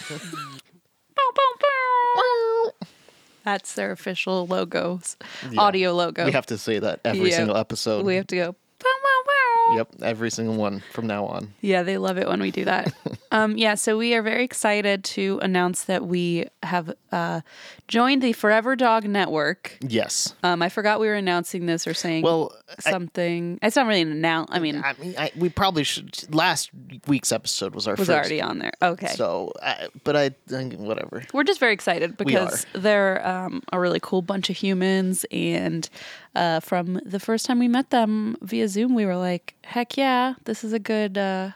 That's their official logos, audio logo. we have to say that every Yeah. single episode. We have to go. "Bow, bow, bow." Yep, every single one from now on. Yeah, they love it when we do that. um, yeah, so we are very excited to announce that we have uh, joined the Forever Dog Network. Yes. Um, I forgot we were announcing this or saying Well, I, something. it's not really an announce. I mean, I mean, I, we probably should. Last week's episode was our was first. already on there. Okay. So, I, but I think whatever. We're just very excited because they're um, a really cool bunch of humans. And uh, from the first time we met them via Zoom, we were like, heck yeah, this is a good. Uh,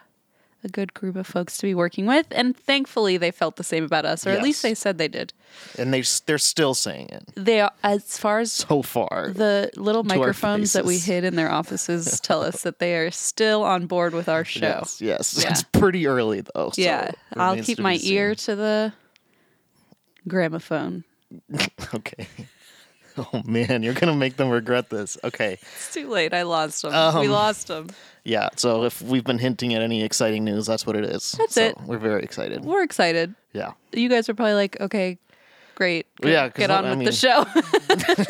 a good group of folks to be working with, and thankfully they felt the same about us, or at least Yes. they said they did. And they s- they're still saying it They, are, as far as so far. the little our microphones that we faces. hid in their offices tell us that they are still on board with our show. Yes, yes. Yeah. It's pretty early though. so yeah, it I'll remains keep to be my seen. ear to the gramophone. Okay. Oh man, you're gonna make them regret this. Okay. It's too late. I lost them. we Um, lost them. Yeah, so if we've been hinting at any exciting news, that's what it is. That's so it. We're very excited. We're excited. Yeah. You guys are probably like, okay, great. Get, Yeah, 'cause get on I with mean- the show.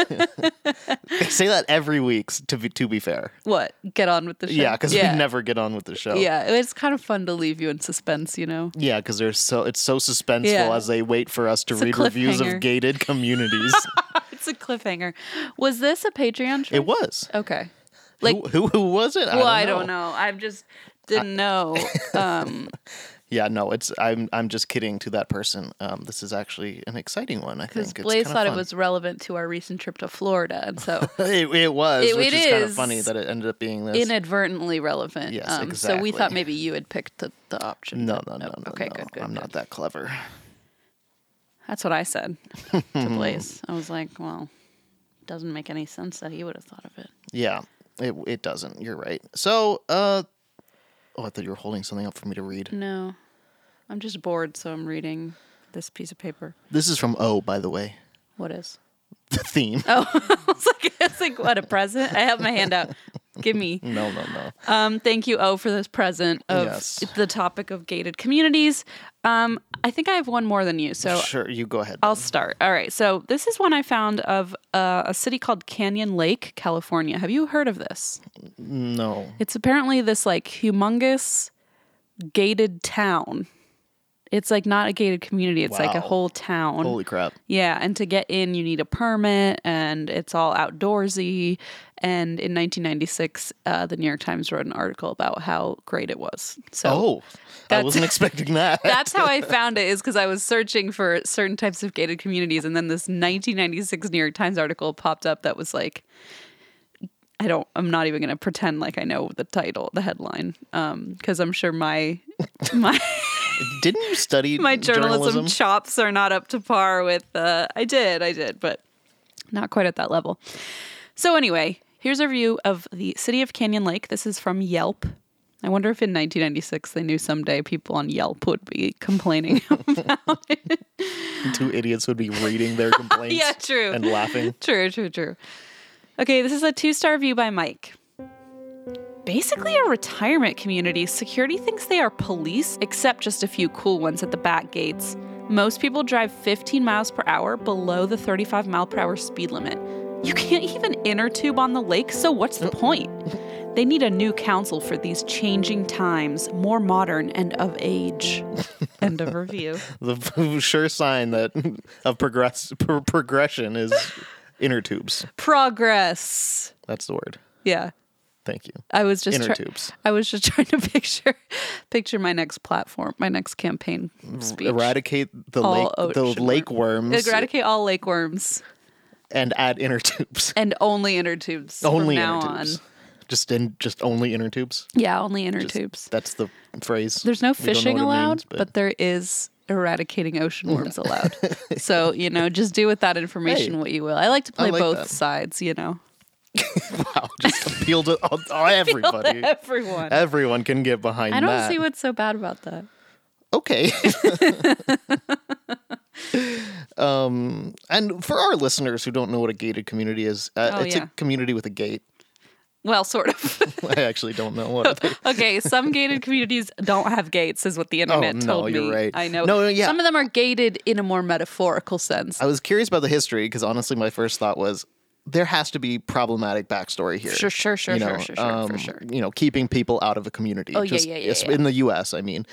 They say that every week s- to be, to be fair. what? Get on with the show. Yeah, cuz we never get on with the show. Yeah, it's kind of fun to leave you in suspense, you know. Yeah, cuz they're so it's so suspenseful Yeah. as they wait for us to a read reviews cliffhanger. of gated communities. It's a cliffhanger. Was this a Patreon show? it was. Okay. Like, who, who who was it? well, I don't know. I've just didn't know. Um, Yeah, no, it's I'm I'm just kidding to that person. Um, this is actually an exciting one. I think because It's Blaze kinda thought it fun. was relevant to our recent trip to Florida, and so it, it was, It- which it is, kind is. of funny that it ended up being this. inadvertently relevant. Um, Yes, So we thought exactly. maybe you had picked the, the option. no, but no, no, no. Oh, Okay, no. good, good. I'm good. not that clever. That's what I said to Blaze. I was like, well, doesn't make any sense that he would have thought of it. Yeah, it it doesn't. You're right. So, uh, oh, I thought you were holding something up for me to read. No. I'm just bored, so I'm reading this piece of paper. This is from O, by the way. What is? The theme. Oh, I was like, I was like, what, a present? I have my hand out. Give me. No, no, no. Um, thank you, O, for this present of Yes. the topic of gated communities. Um, I think I have one more than you, so sure, you go ahead. Oh. I'll start. All right. So this is one I found of uh, a city called Canyon Lake, California. Have you heard of this? no. It's apparently this like humongous gated town. It's like not a gated community, it's like a Wow. whole town. Holy crap. yeah, and to get in, you need a permit, and it's all outdoorsy. And in 1996, uh, the New York Times wrote an article about how great it was. So Oh, I That's- wasn't expecting that. that's how I found it, is because I was searching for certain types of gated communities, and then this 1996 New York Times article popped up that was like, I don't, I'm not even going to pretend like I know the title, the headline, because I'm sure my my Didn't you study my journalism, chops are not up to par with. Uh, I did, I did, but not quite at that level. So anyway, here's a review of the city of Canyon Lake. This is from Yelp. I wonder if in 1996 they knew someday people on Yelp would be complaining. Two idiots would be reading their complaints. Yeah, true. And laughing. true, true, true. Okay, this is a two star review by Mike. Basically, a retirement community, security thinks they are police, except just a few cool ones at the back gates. Most people drive 15 miles per hour below the 35 mile per hour speed limit. You can't even inner tube on the lake, so what's the point? They need a new council for these changing times, more modern and of age. End of review. The sure sign that of progress pro- progression is inner tubes. Progress. That's the word. Yeah. Thank you. I was just Inner try- tubes. I was just trying to picture picture my next platform, my next campaign Mm, speech. Eradicate the All lake, the ocean lake worms Eradicate all lake worms and add inner tubes. and only inner tubes. from only now inner tubes. Just in just only inner tubes. on. Yeah, only inner tubes. That's the phrase. There's no We don't know fishing what it allowed, means, but... there is eradicating ocean worms allowed. So, you know, just do with that information Hey, what you will. I like to play like both that. sides, you know. wow, just appeal to all, all everybody. Everyone. Everyone can get behind I don't that. see what's so bad about that. okay. um, and for our listeners who don't know what a gated community is, uh, Oh, it's yeah. a community with a gate. Well, sort of. I actually don't know what. They, okay, some gated communities don't have gates, is what the internet Oh, no, told me. you're right. I know. No, no, yeah. Uh, Some of them are gated in a more metaphorical sense. I was curious about the history because honestly, my first thought was there has to be problematic backstory here. um, Sure, sure, sure, sure, sure, sure, for sure. Oh, You know, keeping people out of a community. yeah, just- yeah, yeah, es- yeah. In the U.S., I mean,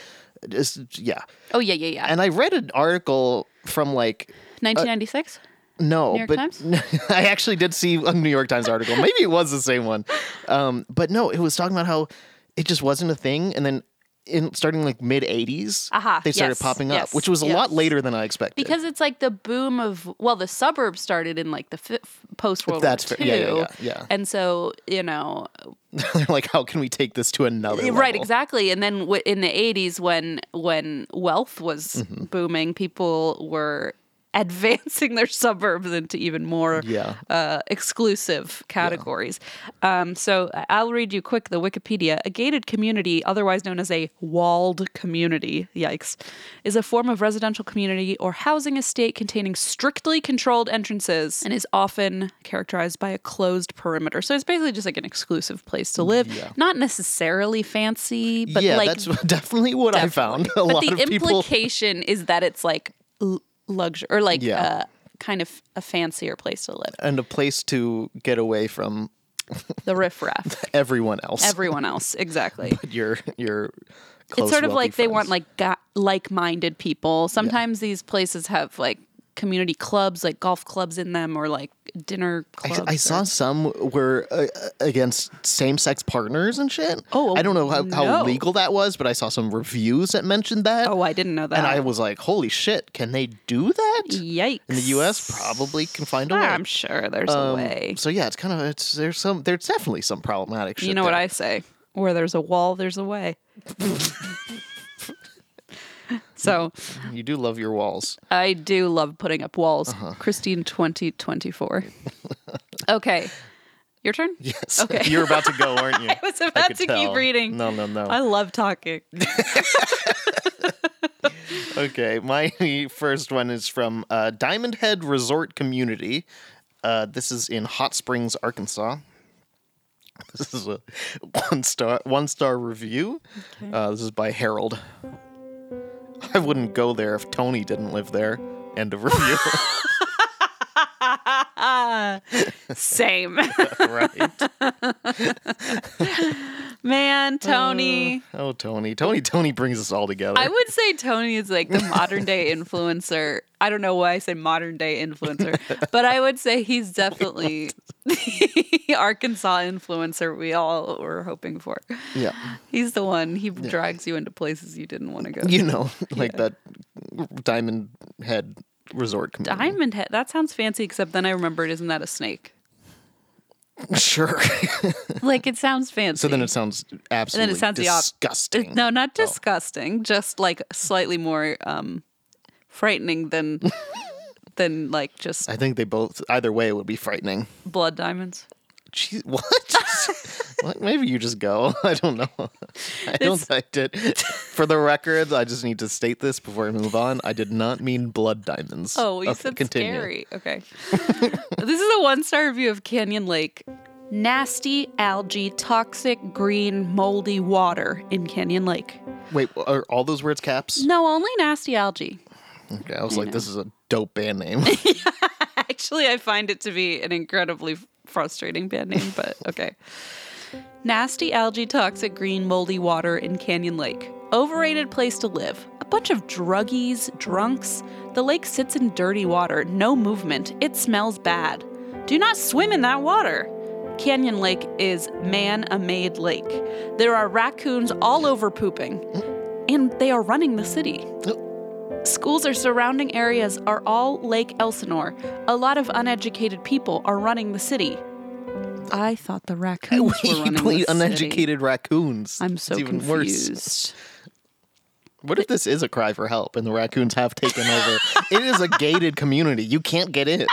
just yeah. oh yeah, yeah, yeah. And uh, I read an article from like 1996. No, New York but Times? I actually did see a New York Times article. Maybe it was the same one. Um, but no, it was talking about how it just wasn't a thing, and then in starting like mid '80s, Aha, they started Uh-huh, yes, popping up, yes, which was a yes. lot later than I expected. because it's like the boom of well, the suburbs started in like the fi- post World War That's fair. II, Yeah, yeah, yeah, yeah. and so you know, they're like, how can we take this to another? right, level? exactly. And then w- in the '80s, when when wealth was Mm-hmm. booming, people were advancing their suburbs into even more Yeah. uh, exclusive categories. Um, so I- I'll read you quick the Wikipedia. A gated community, otherwise known as a walled community, yikes, is a form of residential community or housing estate containing strictly controlled entrances and is often characterized by a closed perimeter. So it's basically just like an exclusive place to live. Not necessarily fancy, but yeah, like that's definitely what I found. A but lot the of people. implication is that it's like l- luxury or like Yeah. uh, kind of a fancier place to live. And a place to get away from Uh, The riffraff, everyone else. everyone else, exactly. your your. It's close, sort of wealthy like they want friends. like ga- like-minded people. Sometimes these places have like community clubs, like golf clubs in them, or like dinner clubs. I, I saw or- some were uh, against same-sex partners and shit. Oh, I don't know how, no. how legal that was, but I saw some reviews that mentioned that, Oh, I didn't know that. and I was like, "Holy shit! Can they do that Yikes! Ah, in the U.S.? Probably can find a way." I'm sure there's a Um, way. So yeah, it's kind of it's there's some there's definitely some problematic shit. You know what there. I say? Where there's a wall, there's a way. so You do love your walls. I do love putting up walls. Uh-huh. Christine 2024. okay. Your turn? Yes. Okay. You're about to go, aren't you? I was could about to keep tell. reading. No, no, no. I love talking. Okay, my first one is from uh, Diamond Head Resort Community. Uh, this is in Hot Springs, Arkansas. This is a one star one star review. Uh, this is by Harold. I wouldn't go there if Tony didn't live there. End of review. Same. right. Man, Tony. Oh, Tony. Tony. Tony brings us all together. I would say Tony is like the modern day influencer. I don't know why I say modern day influencer, but I would say he's definitely the Arkansas influencer we all were hoping for. yeah. He's the one. He drags you into places you didn't want to go. You know, like that Diamond Head Resort Community. Diamond head. That sounds fancy, except then I remembered, isn't that a snake? sure. Like it sounds fancy. so then it sounds absolutely sounds the op- disgusting. no, not disgusting. Just like slightly more um, frightening than than like just I think they both either way would be frightening. blood diamonds. Jeez, what? what? Maybe you just go. I don't know. I don't. I did. For the record, I just need to state this before I move on. I did not mean blood diamonds. Oh, you Okay, said scary. Okay. this is a one star review of Canyon Lake. Nasty algae, toxic green, moldy water in Canyon Lake. Wait, are all those words caps? No, only nasty algae. Mm-hmm. Okay, I was like, this is a dope band name. Actually, I find it to be an incredibly f- frustrating band name, but okay. Nasty algae, toxic green, moldy water in Canyon Lake. Overrated place to live. A bunch of druggies, drunks. The lake sits in dirty water, no movement. It smells bad. Do not swim in that water. Canyon Lake is man a made lake. There are raccoons all over pooping, and they are running the city. Schools or surrounding areas are all Lake Elsinore. A lot of uneducated people are running the city. I thought the raccoons were running the city. uneducated raccoons. I'm so It's even confused. worse. What if this is a cry for help and the raccoons have taken over? it is a gated community. You can't get in.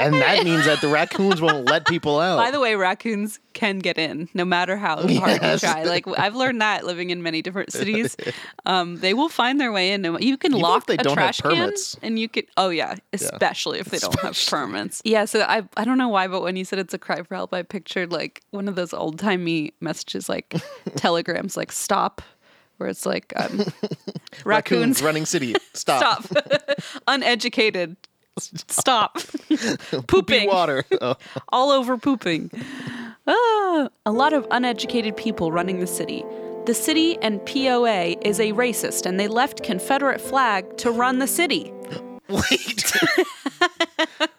And that means that the raccoons won't let people out. By the way, raccoons can get in, no matter how hard you Yes. try. Like I've learned that living in many different cities, um, they will find their way in. No- You can Even lock if they a don't have trash can, permits. and you can. Oh yeah, especially if they don't have permits. Yeah. So I I don't know why, but when you said it's a cry for help, I pictured like one of those old timey messages, like telegrams, like stop, where it's like um, raccoons, running city. Stop. stop, uneducated. Stop pooping Water. Oh. all over pooping. Ah, a lot of uneducated people running the city. The city and POA is a racist, and they left Confederate flag to run the city. Wait.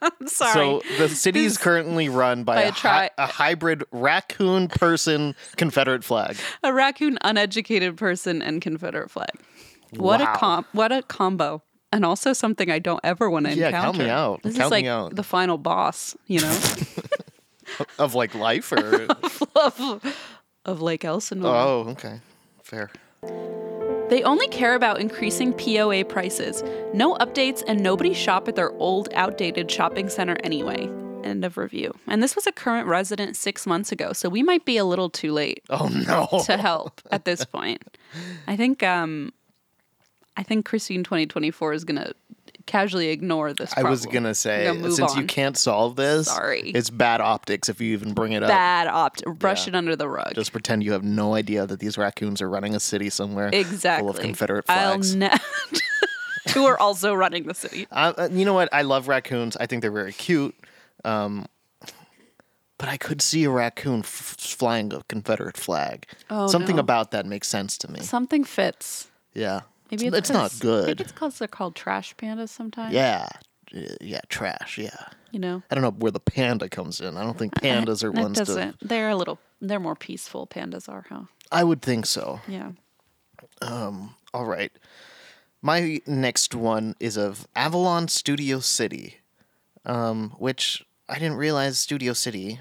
I'm sorry. So the city is currently run by, By a a, tri- hy- a hybrid raccoon person Confederate flag. a raccoon, uneducated person, and Confederate flag. What Wow. a com- what a combo. And also something I don't ever want to Yeah, encounter. count me out. This is Count me like out. the final boss, you know, Of like life or of, of Lake Elsinore. Oh, okay. Fair. They only care about increasing POA prices. No updates, and nobody shop at their old, outdated shopping center anyway. End of review. And this was a current resident six months ago, so we might be a little too late Oh no. to help at this point. I think um, I think Christine 2024 is gonna casually ignore this. I was problem. gonna say Now move since you on. can't solve this, Sorry. it's bad optics if you even bring it up. bad opt, brush it under the rug. Just pretend you have no idea that these raccoons are running a city somewhere exactly. full of Confederate I'll flags. ne- who are also running the city. I- uh, you know what? I love raccoons. I think they're very cute. Um, but I could see a raccoon f- flying a Confederate flag. Oh, Something no. about that makes sense to me. Something fits. Yeah. Maybe it's, it's, it's not 'cause- I think good. it's because they're called trash pandas sometimes. Yeah. Uh, Yeah, trash. Yeah. you know I don't know where the panda comes in. I don't think pandas are that ones to. doesn't. They're a little. They're more peaceful. Pandas are, huh? I would think so. Yeah. All right. My next one is of Avalon Studio City, um, which I didn't realize Studio City,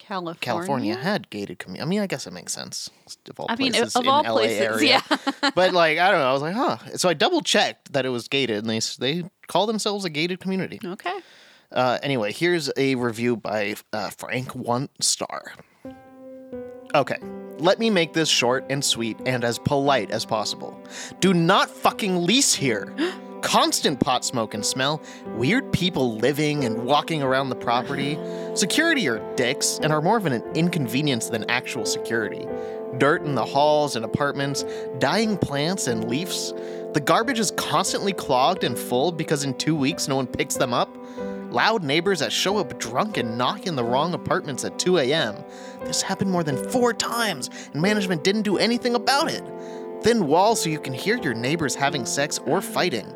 California. California, had gated community. I mean, I guess it makes sense. Of all I mean, places of in all LA places, area. yeah. but like, I don't know. I was like, huh. So I double checked that it was gated, and they s- they call themselves a gated community. Okay. Uh, anyway, here's a review by uh, Frank One Star. Okay, let me make this short and sweet and as polite as possible. Do not fucking lease here. Constant pot smoke and smell, weird people living and walking around the property. Security are dicks and are more of an inconvenience than actual security. Dirt in the halls and apartments, dying plants and leaves. The garbage is constantly clogged and full because in two weeks no one picks them up. Loud neighbors that show up drunk and knock in the wrong apartments at 2 a.m. This happened more than four times, and management didn't do anything about it. Thin walls so you can hear your neighbors having sex or fighting.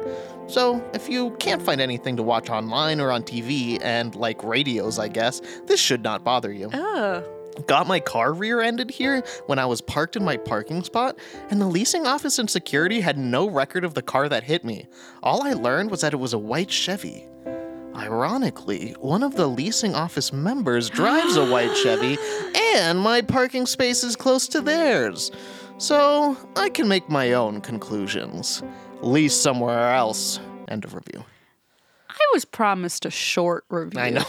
So, if you can't find anything to watch online or on TV, and like radios, I guess, this should not bother you Ugh. got my car rear ended here when I was parked in my parking spot, and the leasing office and security had no record of the car that hit me. All I learned was that it was a white Chevy. Ironically, one of the leasing office members drives a white Chevy, and my parking space is close to theirs. So I can make my own conclusions. Lease somewhere else. End of review. I was promised a short review. I know.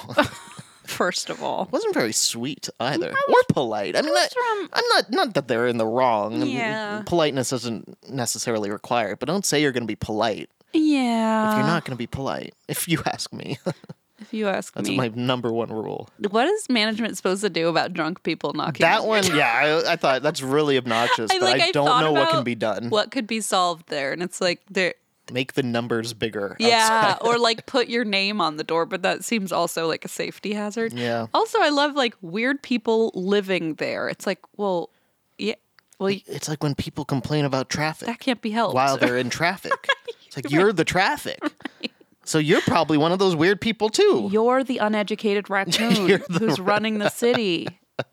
First of all. wasn't very sweet either, or polite. I mean, I, from- am not not that they're in the wrong. and Yeah. politeness doesn't necessarily require it, but don't say you're going to be polite Yeah. if you're not going to be polite. If you ask me, If you ask that's me, my number one rule. what is management supposed to do about drunk people knocking? on That your one, yeah, I, I thought that's really obnoxious, I- but like, I I don't thought know what can about be done. What could be solved there? And it's like there. Make the numbers bigger. Yeah, outside. or like put your name on the door, but that seems also like a safety hazard. Yeah. Also, I love like weird people living there. It's like, well, yeah, well, y- It's like when people complain about traffic that can't be helped. while they're in traffic. It's like you're the traffic. So you're probably one of those weird people too. You're the uneducated raccoon You're the who's running the city. Why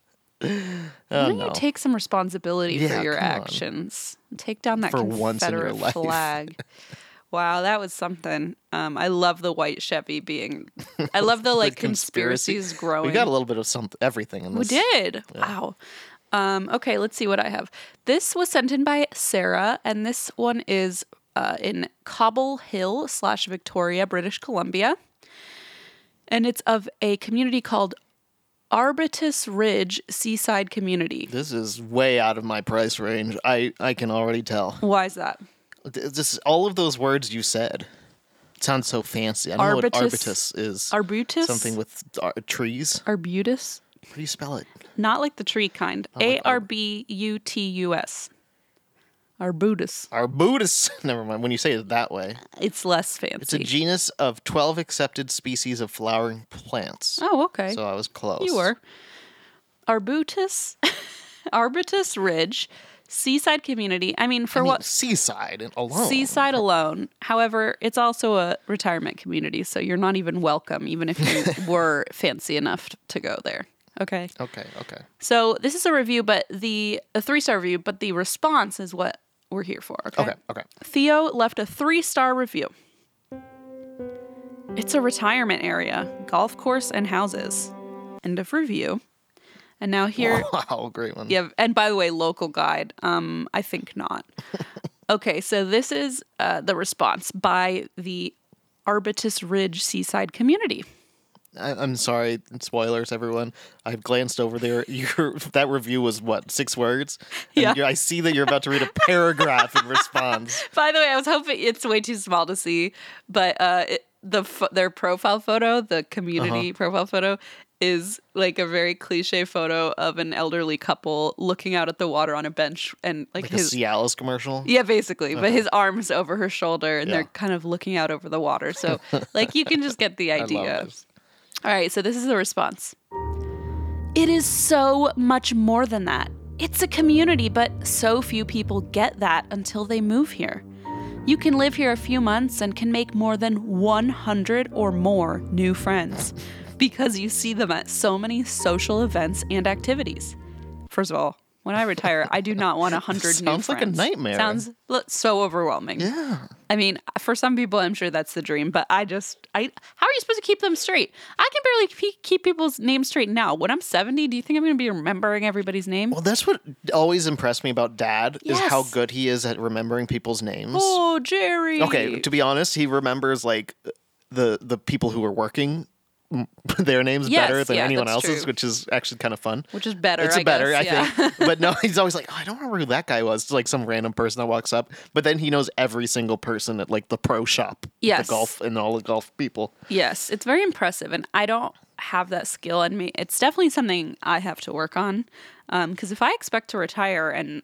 Oh, don't you no. take some responsibility Yeah, for your come on. actions? and Take down that For Confederate once in your life. flag. wow, that was something. Um, I love the white Chevy being. I love the like conspiracy. conspiracies growing. We got a little bit of something, everything in We this. did. Wow. Um, okay, let's see what I have. This was sent in by Sarah, and this one is uh, in Cobble Hill slash Victoria, British Columbia. And it's of a community called Arbitus Ridge Seaside Community. This is way out of my price range. I I can already tell. Why is that? Th- This all of those words you said sounds so fancy. I know what Arbutus- arbutus is. Arbutus? Something with ar- trees. Arbutus? How do you spell it? Not like the tree kind. A R B U T U S. Arbutus. Arbutus. Never mind. When you say it that way, It's less it's a fancy. genus of twelve accepted species of flowering plants. oh, okay. So I was close. You were. Arbutus, Arbutus Ridge, Seaside Community. I mean, for I mean, what? seaside and alone. Seaside alone. However, it's also a retirement community, so you're not even welcome, even if you were fancy enough t- to go there. Okay. Okay. Okay. So this is a review, but the a three star review, but the response is what we're here for. Okay. Okay. Okay. Theo left a three star review. It's a retirement area, golf course, and houses. End of review. And now here, Wow, great one. yeah. And by the way, local guide. Um, I think not. okay, so this is uh, the response by the Arbitus Ridge Seaside Community. I, I'm sorry, spoilers, everyone. I've glanced over there. Your that review was what six words? And Yeah. you- I see that you're about to read a paragraph in response. By the way, I was hoping it's way too small to see, but uh, it, the pho- their profile photo, the community Uh-huh. profile photo, is like a very cliche photo of an elderly couple looking out at the water on a bench and like, Like a his. Cialis commercial. Yeah, basically, but his arms over her shoulder and they're Yeah. kind of looking out over the water. So, like, you can just get the love idea. this. All right, so this is the response. It is so much more than that. It's a community, but so few people get that until they move here. You can live here a few months and can make more than 100 or more new friends because you see them at so many social events and activities. First of all, when I retire, I do not want 100 new friends. Sounds like a nightmare. Sounds lo- so overwhelming. Yeah. I mean, for some people, I'm sure that's the dream, but I just, I, how are you supposed to keep them straight? I can barely pe- keep people's names straight now. When I'm 70, do you think I'm going to be remembering everybody's name? Well, that's what always impressed me about Dad is how Yes. good he is at remembering people's names. Oh, Jerry. Okay, to be honest, he remembers like the the people who were working m- their names Yes, better than yeah, anyone that's else's, true. which is actually kind of fun. Which is better, It's I better, guess, I yeah. think. but no, he's always like, oh, I don't remember who that guy was. It's like some random person that walks up, but then he knows every single person at like the pro shop, Yes. the golf, and all the golf people. Yes, it's very impressive, and I don't have that skill in me. It's definitely something I have to work on, because if I expect to retire and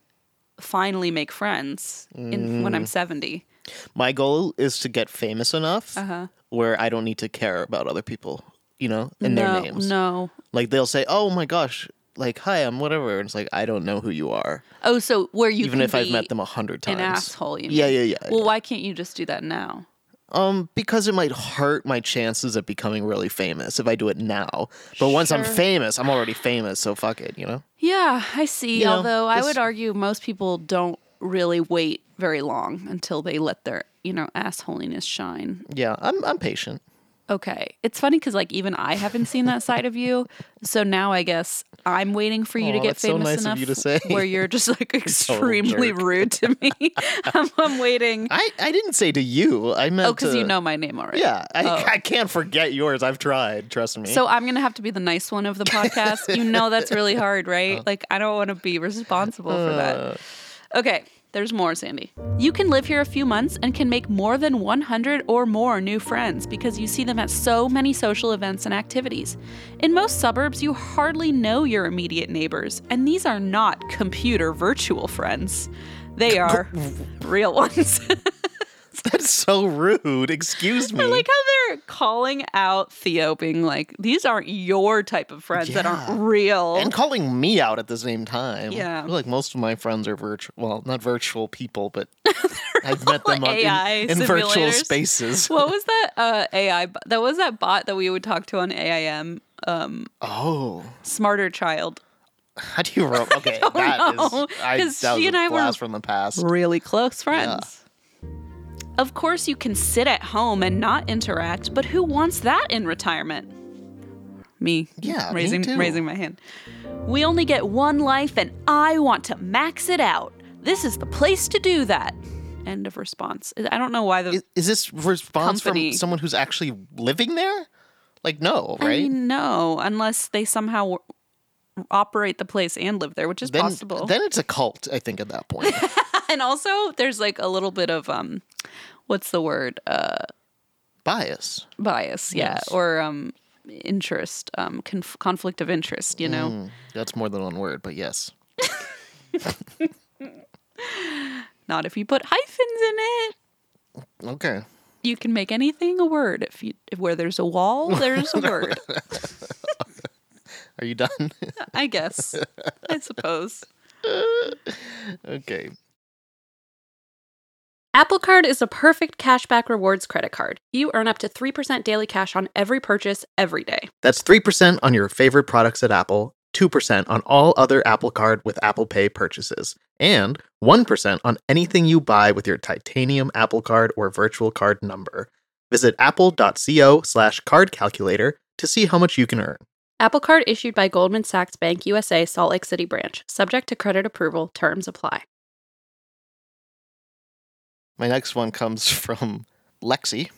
finally make friends in, when I'm Mm-hmm. 70, My goal is to get famous enough Uh-huh. where I don't need to care about other people, you know, and no, their names. no. Like they'll say, oh my gosh, like hi, I'm whatever, and it's like I don't know who you are, Oh, so where you even can if I've be met them a hundred times. an asshole, you Yeah, mean. yeah, yeah. Well, why can't you just do that now? Um, because it might hurt my chances of becoming really famous if I do it now. But once I'm Sure. famous, I'm already famous, so fuck it, you know? Yeah, I see. You know, Although I would just- argue most people don't really wait very long until they let their, you know, assholiness shine. Yeah, I'm I'm patient. Okay. It's funny because, like, even I haven't seen that side of you. So now I guess I'm waiting for you to Aw, get that's so famous nice enough of you to say. where you're just, like, extremely jerk. rude to me. I'm, I'm waiting. I, I didn't say to you. I meant Oh, because to- you know my name already. Yeah, I, I can't forget yours. I've tried, trust me. So I'm gonna have to be the nice one of the podcast. you know that's really hard, right? Like I don't want to be responsible for that. Okay, there's more, Sandy. You can live here a few months and can make more than 100 or more new friends because you see them at so many social events and activities. In most suburbs, you hardly know your immediate neighbors, and these are not computer virtual friends. They are real ones. That's so rude. Excuse me. I like how they're calling out Theo, being like, "These aren't your type of friends that aren't Yeah. real." and calling me out at the same time. Yeah. I feel like most of my friends are virtual. Well, not virtual people, but I've met them on, AI in, in virtual simulators. spaces. what was that uh, AI? bo- That was that bot that we would talk to on AIM, Oh, Smarter Child. how do you roll? Okay, that is know, I, that 'cause was a she and I were- blast from the past. Really close friends. Of course, you can sit at home and not interact, but who wants that in retirement? Me. Yeah, me raising too. raising my hand. We only get one life, and I want to max it out. This is the place to do that. End of response. I don't know why the Is, is this response Company. from someone who's actually living there? Like, no, right? I mean, no, unless they somehow w- operate the place and live there, which is then, possible. then it's a cult, I think, at that point. and also, there's like a little bit of um, what's the word? Uh, Bias. bias, yeah, Yes. or um, interest, um, conf- conflict of interest. You know, Mm, that's more than one word, but yes. not if you put hyphens in it. Okay. You can make anything a word. If you if, where there's a wall, there's a word. Are you done? I guess. I suppose. okay. Apple Card is a perfect cashback rewards credit card. You earn up to 3% daily cash on every purchase every day. That's 3% on your favorite products at Apple, 2% on all other Apple Card with Apple Pay purchases, and 1% on anything you buy with your titanium Apple Card or virtual card number. Visit apple.co slash card calculator to see how much you can earn. Apple Card issued by Goldman Sachs Bank USA Salt Lake City branch. Subject to credit approval, terms apply. My next one comes from Lexi,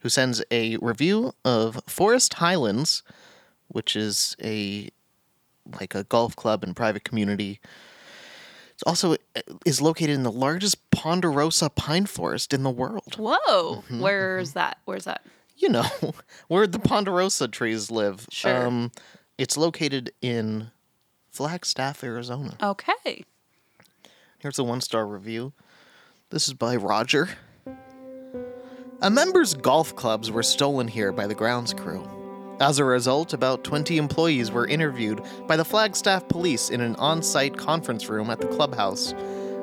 who sends a review of Forest Highlands, which is a like a golf club and private community. It's also eh, is located in the largest ponderosa pine forest in the world. Whoa, Mm-hmm, where's that? Where's that? You know where the ponderosa trees live. Sure. Um, it's located in Flagstaff, Arizona. Okay. Here's a one star review. This is by Roger. A member's golf clubs were stolen here by the grounds crew. As a result, about 20 employees were interviewed by the Flagstaff police in an on site conference room at the clubhouse.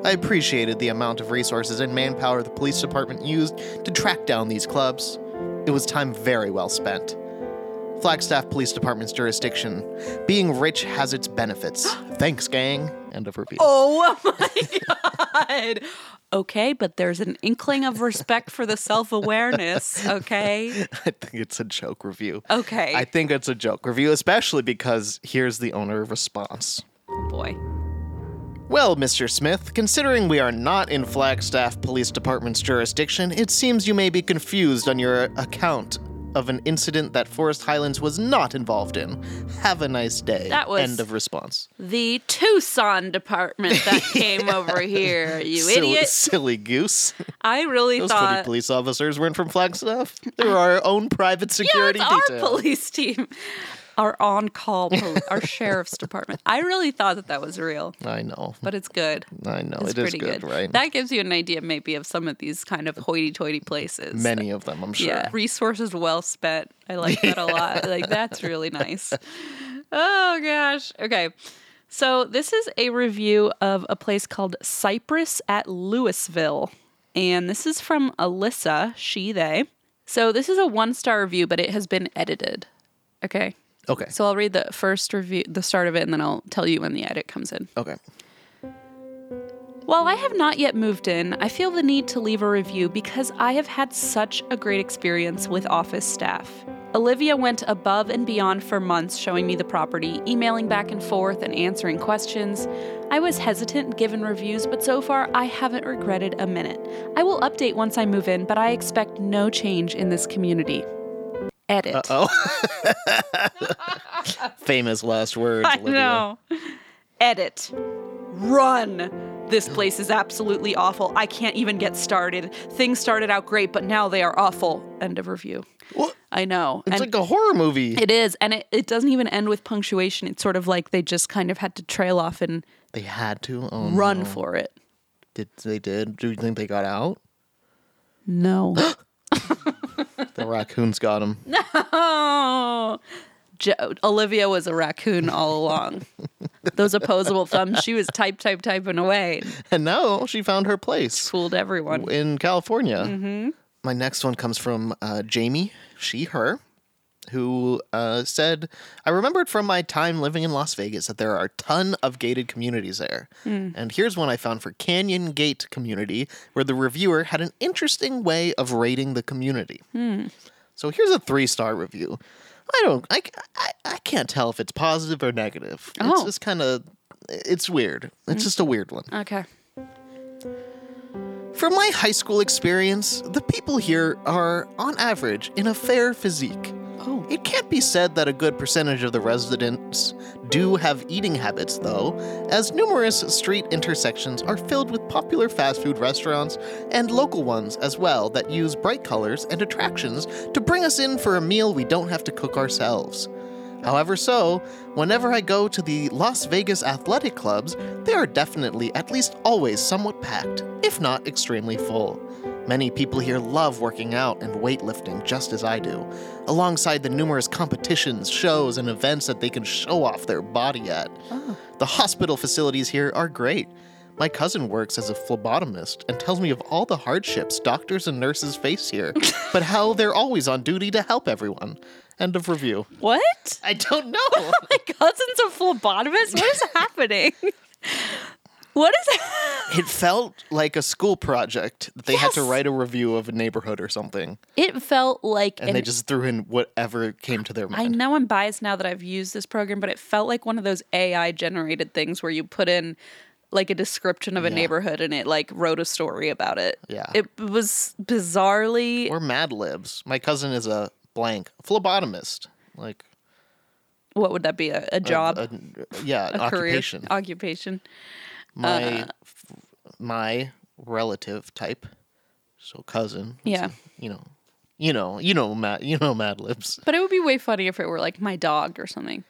I appreciated the amount of resources and manpower the police department used to track down these clubs. It was time very well spent. Flagstaff Police Department's jurisdiction. Being rich has its benefits. Thanks, gang. End of review. Oh my god. Okay, but there's an inkling of respect for the self-awareness, okay? I think it's a joke review. Okay. I think it's a joke review, especially because here's the owner response. boy. Well, Mr. Smith, considering we are not in Flagstaff Police Department's jurisdiction, it seems you may be confused on your account of an incident that Forest Highlands was not involved in. Have a nice day. That was- end of response. The Tucson department that came over here, you silly, idiot. silly goose. I really Those funny thought police officers weren't from Flagstaff. They were our own private yeah, security it's our detail. police team. Our on-call poli- our sheriff's department. I really thought that that was real, I know. but it's good. I know. It's It is pretty good, right? That gives you an idea maybe of some of these kind of hoity-toity places. Many of them, I'm sure. Yeah, resources well spent. I like that a lot. Like that's really nice. Oh gosh. Okay. So this is a review of a place called Cypress at Louisville. And this is from Alyssa, she they. So this is a one-star review, but it has been edited. Okay. Okay. So I'll read the first review, the start of it, and then I'll tell you when the edit comes in. Okay. While I have not yet moved in, I feel the need to leave a review because I have had such a great experience with office staff. Olivia went above and beyond for months showing me the property, emailing back and forth, and answering questions. I was hesitant given reviews, but so far I haven't regretted a minute. I will update once I move in, but I expect no change in this community. Edit. Famous last words. I Olivia. know. Edit. Run. This place is absolutely awful. I can't even get started. Things started out great, but now they are awful. End of review. What? I know. and It's like a horror movie. it is. And it, it doesn't even end with punctuation. It's sort of like they just kind of had to trail off and they had to um, run for it. Did they did? Do you think they got out? No. The raccoons got him. oh. Jo- Olivia was a raccoon all along. Those opposable thumbs, she was type, type, typing away, and And now she found her place fooled everyone. in California. My next one comes from uh, Jamie, she, her, who uh, said, I remembered from my time living in Las Vegas that there are a ton of gated communities there. And here's one I found for Canyon Gate Community, where the reviewer had an interesting way of rating the community. So here's a three star review. I don't, I, I, I can't tell if it's positive or negative. It's Oh. just kind of, it's weird. It's just a weird one. Okay. From my high school experience, the people here are, on average, in a fair physique. Oh. It can't be said that a good percentage of the residents do have eating habits, though, as numerous street intersections are filled with popular fast food restaurants and local ones as well that use bright colors and attractions to bring us in for a meal we don't have to cook ourselves. However, so, whenever I go to the Las Vegas athletic clubs, they are definitely at least always somewhat packed, if not extremely full. Many people here love working out and weightlifting just as I do, alongside the numerous competitions, shows, and events that they can show off their body at. The hospital facilities here are great. My cousin works as a phlebotomist and tells me of all the hardships doctors and nurses face here, but how they're always on duty to help everyone. End of review. What? I don't know. My cousin's a phlebotomist? What is happening? What is it felt like a school project that they had to Yes. write a review of a neighborhood or something, It felt like and an they just threw in whatever came to their I mind. know I'm biased now that I've used this program, but it felt like one of those AI generated things where you put in like a description of a neighborhood and it like wrote a story about it. Yeah. It was bizarrely Or Mad Libs. My cousin is a blank phlebotomist, like what would that be? A, a job, a, yeah, an a career Uh, occupation. occupation. my f- my relative type, so cousin. Yeah. so, you know, you know, you know, Mad, you know, Mad Libs. But it would be way funny if it were like my dog or something.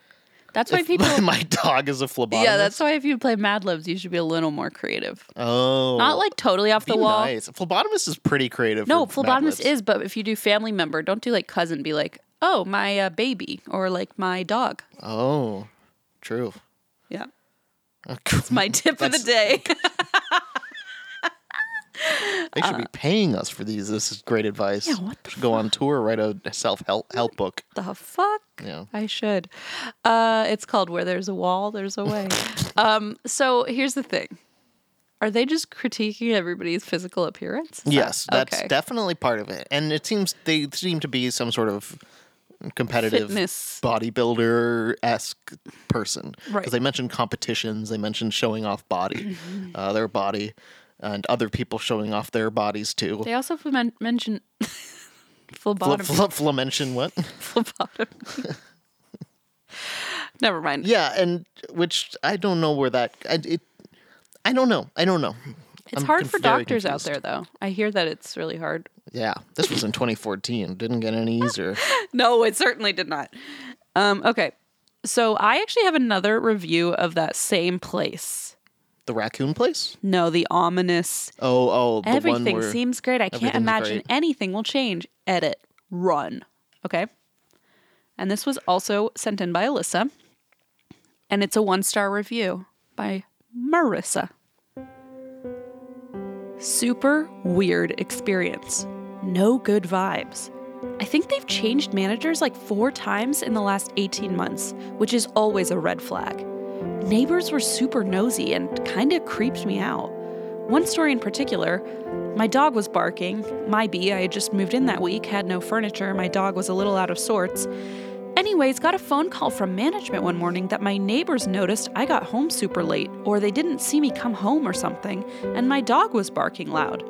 That's why people my dog is a phlebotomist. Yeah, that's why if you play Mad Libs, you should be a little more creative. oh, Not like totally off be the wall. Nice. Phlebotomist is pretty creative. No, for Mad phlebotomist Libs. is, but if you do family member, don't do like cousin. Be like, oh, my uh, baby, or like my dog. Oh, true. Yeah, Okay. my tip of the That's- day. They should be paying us for these. This is great advice. Uh, Yeah, what the should go on tour, write a self help help book. the fuck? Yeah. I should. Uh, it's called "Where There's a Wall, There's a Way." um, so here's the thing: Are they just critiquing everybody's physical appearance? Is that- Yes, that's okay. definitely part of it. And it seems they seem to be some sort of competitive Fitness. bodybuilder esque person. Right. Because they mentioned competitions, they mentioned showing off body, uh, their body, and other people showing off their bodies too. They also men- mention Fl- phlebotomy. fl- fl- mention what? phlebotomy. Never mind. yeah, and which I don't know where that. I, it, I don't know. I don't know. It's I'm hard conf- for very doctors out confused. there, though. I hear that it's really hard. Yeah, this was in 2014. Didn't get any easier. No, it certainly did not. Um, okay. So I actually have another review of that same place. The raccoon place? No, the ominous. Oh, oh, the one everything where seems great. I can't everything's imagine great. anything will change. Edit. Run. Okay. And this was also sent in by Alyssa. And it's a one star review by Marissa. Super weird experience. No good vibes. I think they've changed managers like four times in the last 18 months, which is always a red flag. Neighbors were super nosy and kind of creeped me out. One story in particular my dog was barking. My bee, I had just moved in that week, had no furniture, my dog was a little out of sorts. Anyways, got a phone call from management one morning that my neighbors noticed I got home super late, or they didn't see me come home or something, and my dog was barking loud.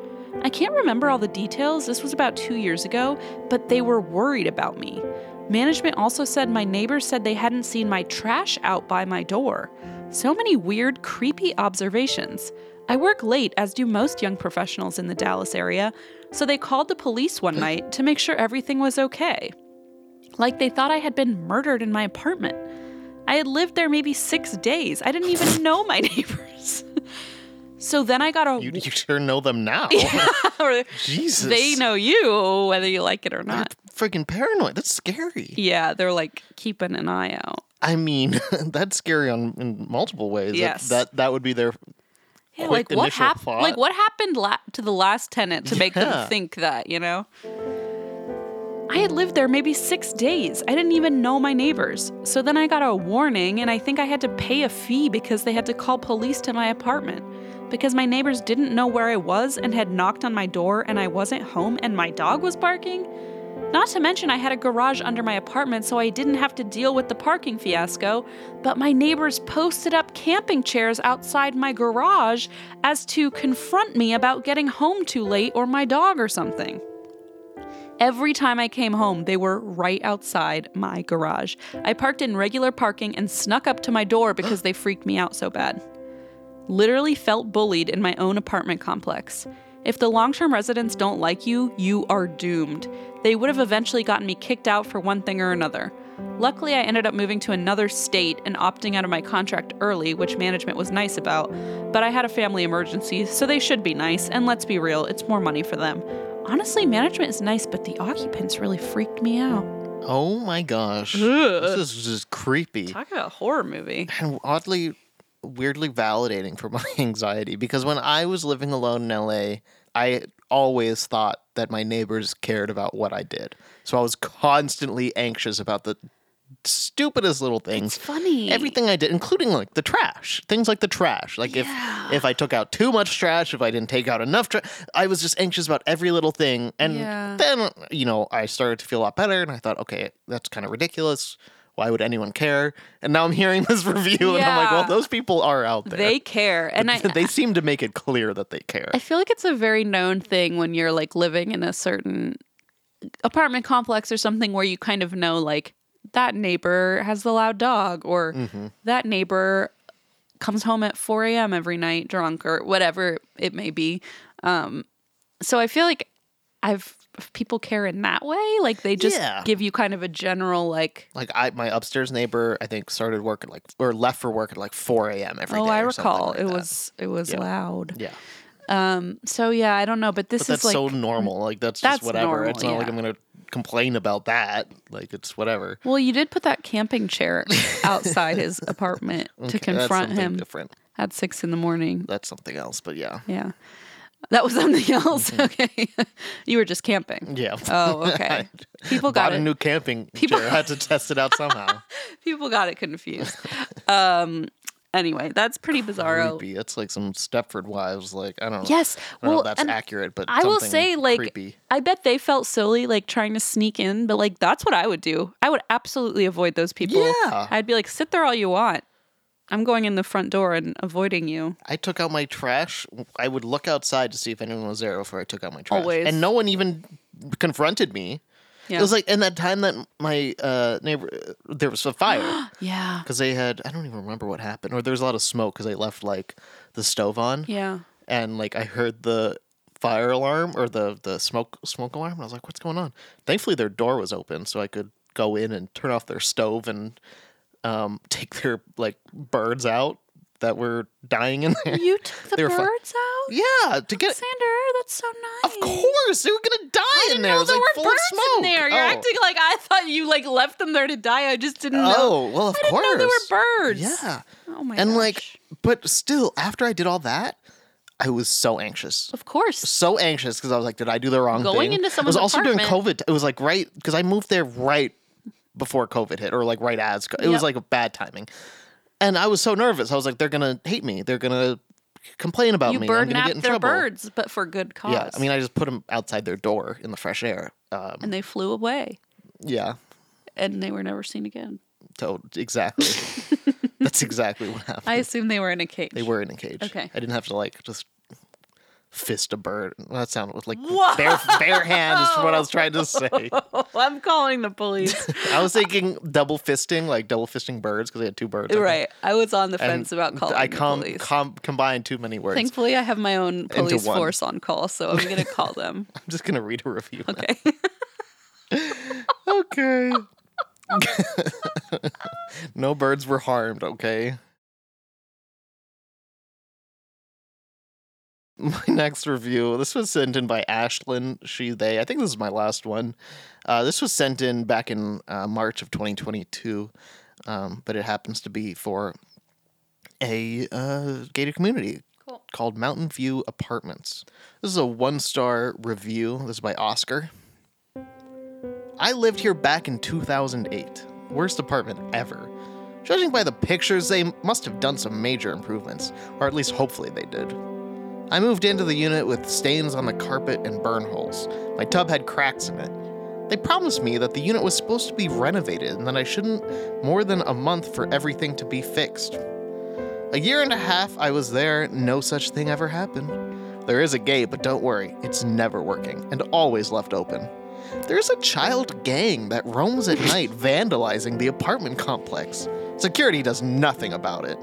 I can't remember all the details, this was about two years ago, but they were worried about me. Management also said my neighbors said they hadn't seen my trash out by my door. So many weird, creepy observations. I work late, as do most young professionals in the Dallas area, so they called the police one night to make sure everything was okay like they thought I had been murdered in my apartment. I had lived there maybe six days. I didn't even know my neighbors. So then I got a. You, you sure know them now. or Jesus. they know you, whether you like it or I'm not. freaking paranoid. That's scary. Yeah, they're like keeping an eye out. I mean, that's scary on in multiple ways. That- Yes. That that, would be their Yeah, like quick what initial happened? thought. Like what happened la- to the last tenant to make Yeah. them think that? You know. I had lived there maybe six days. I didn't even know my neighbors. So then I got a warning, and I think I had to pay a fee because they had to call police to my apartment. Because my neighbors didn't know where I was and had knocked on my door, and I wasn't home, and my dog was barking. Not to mention, I had a garage under my apartment, so I didn't have to deal with the parking fiasco. But my neighbors posted up camping chairs outside my garage as to confront me about getting home too late or my dog or something. Every time I came home, they were right outside my garage. I parked in regular parking and snuck up to my door because they freaked me out so bad. Literally felt bullied in my own apartment complex. If the long term residents don't like you, you are doomed. They would have eventually gotten me kicked out for one thing or another. Luckily, I ended up moving to another state and opting out of my contract early, which management was nice about. But I had a family emergency, so they should be nice, and let's be real, it's more money for them. Honestly, management is nice, but the occupants really freaked me out. Oh my gosh. Ugh. This is just creepy. Talk about a horror movie. And oddly weirdly validating for my anxiety because when I was living alone in LA, I always thought that my neighbors cared about what I did. So I was constantly anxious about the stupidest little things. Funny. everything I did, including like the trash, things like the trash. Like if if I took out too much trash, if I didn't take out enough trash, I was just anxious about every little thing. And Yeah. then you know I started to feel a lot better, and I thought, okay, that's kind of ridiculous. Why would anyone care? And now I'm hearing this review, and I'm like, Yeah. well, those people are out there. They care. And I, they seem to make it clear that they care. I feel like it's a very known thing when you're like living in a certain apartment complex or something where you kind of know like that neighbor has the loud dog or Mm-hmm. that neighbor comes home at 4 a.m. every night drunk or whatever it may be. Um, so I feel like I've people care in that way. Like they just Yeah. give you kind of a general like, Like I, my upstairs neighbor, I think started work at like or left for work at like 4 a.m. every day. oh, I or something recall like it that. was it was Yeah. loud. yeah. Um, so yeah, I don't know, but this But that's is like so normal. Like that's, That's just whatever. normal, it's not like yeah. I'm gonna complain about that. Like it's whatever. Well, you did put that camping chair outside his apartment to Okay, that's confront something him Different. at six in the morning. That's something else. But yeah, Yeah. That was something else. Mm-hmm. Okay. you were just camping. yeah. Oh, okay. People got Bought it. a new camping People- chair. I had to test it out somehow. People got it confused. Um anyway, that's pretty bizarro. creepy. That's like some Stepford Wives. Like I don't. know. Yes. I don't know Well, if that's and accurate, but I will something say, like, creepy. I bet they felt silly, like trying to sneak in, but like that's what I would do. I would absolutely avoid those people. Yeah. I'd be like, sit there all you want. I'm going in the front door and avoiding you. I took out my trash. I would look outside to see if anyone was there before I took out my trash. Always. And no one even confronted me. Yeah. It was like in that time that my uh, neighbor there was a fire. yeah. because they had I don't even remember what happened, or there was a lot of smoke because they left like the stove on, Yeah. and like I heard the fire alarm or the the smoke smoke alarm, and I was like, "What's going on?" Thankfully, their door was open, so I could go in and turn off their stove and um, take their like birds out that were dying in there. You took the They were birds fun. out? yeah, to get Alexander, that's so nice. of course they were gonna die in there. No, it was there like were full birds of smoke. in there. You're oh. acting like I thought you like left them there to die. I just didn't know. Oh well, of I didn't course know there were birds. Yeah. Oh my and gosh. like but still after i did all that i was so anxious of course. so anxious because i was like did i do the wrong Going into thing it was someone's also during apartment- covid it was like right because i moved there right before covid hit or like right as co- it was Yep. like a bad timing and i was so nervous i was like they're gonna hate me they're gonna complain about You me i'm bird gonna get napped in their trouble birds, but for good cause. yeah i mean i just put them outside their door in the fresh air um, and they flew away yeah and they were never seen again. to- exactly that's exactly what happened I assume they were in a cage. They were in a cage. Okay. I didn't have to like just fist a bird. Well, that sounded like bare bare hand is what I was trying to say. Oh, I'm calling the police. I was thinking double fisting, like double fisting birds because they had two birds. I think. right. I was on the And fence about calling I the com- police. com- combined too many words. Thankfully, I have my own police one. force on call, so I'm going to call them. I'm just gonna read a review. now. Okay. Okay. no birds were harmed. Okay. my next review. This was sent in by Ashlyn. She, they. I think this is my last one. Uh, this was sent in back in uh, March of 2022, um, but it happens to be for a uh, gated community Cool. called Mountain View Apartments. This is a one star review. This is by Oscar. I lived here back in 2008. Worst apartment ever. Judging by the pictures, they must have done some major improvements, or at least hopefully they did. I moved into the unit with stains on the carpet and burn holes. My tub had cracks in it. They promised me that the unit was supposed to be renovated and that I shouldn't more than a month for everything to be fixed. A year and a half I was there, no such thing ever happened. There is a gate, but don't worry, it's never working and always left open. There's a child gang that roams at night vandalizing the apartment complex. Security does nothing about it.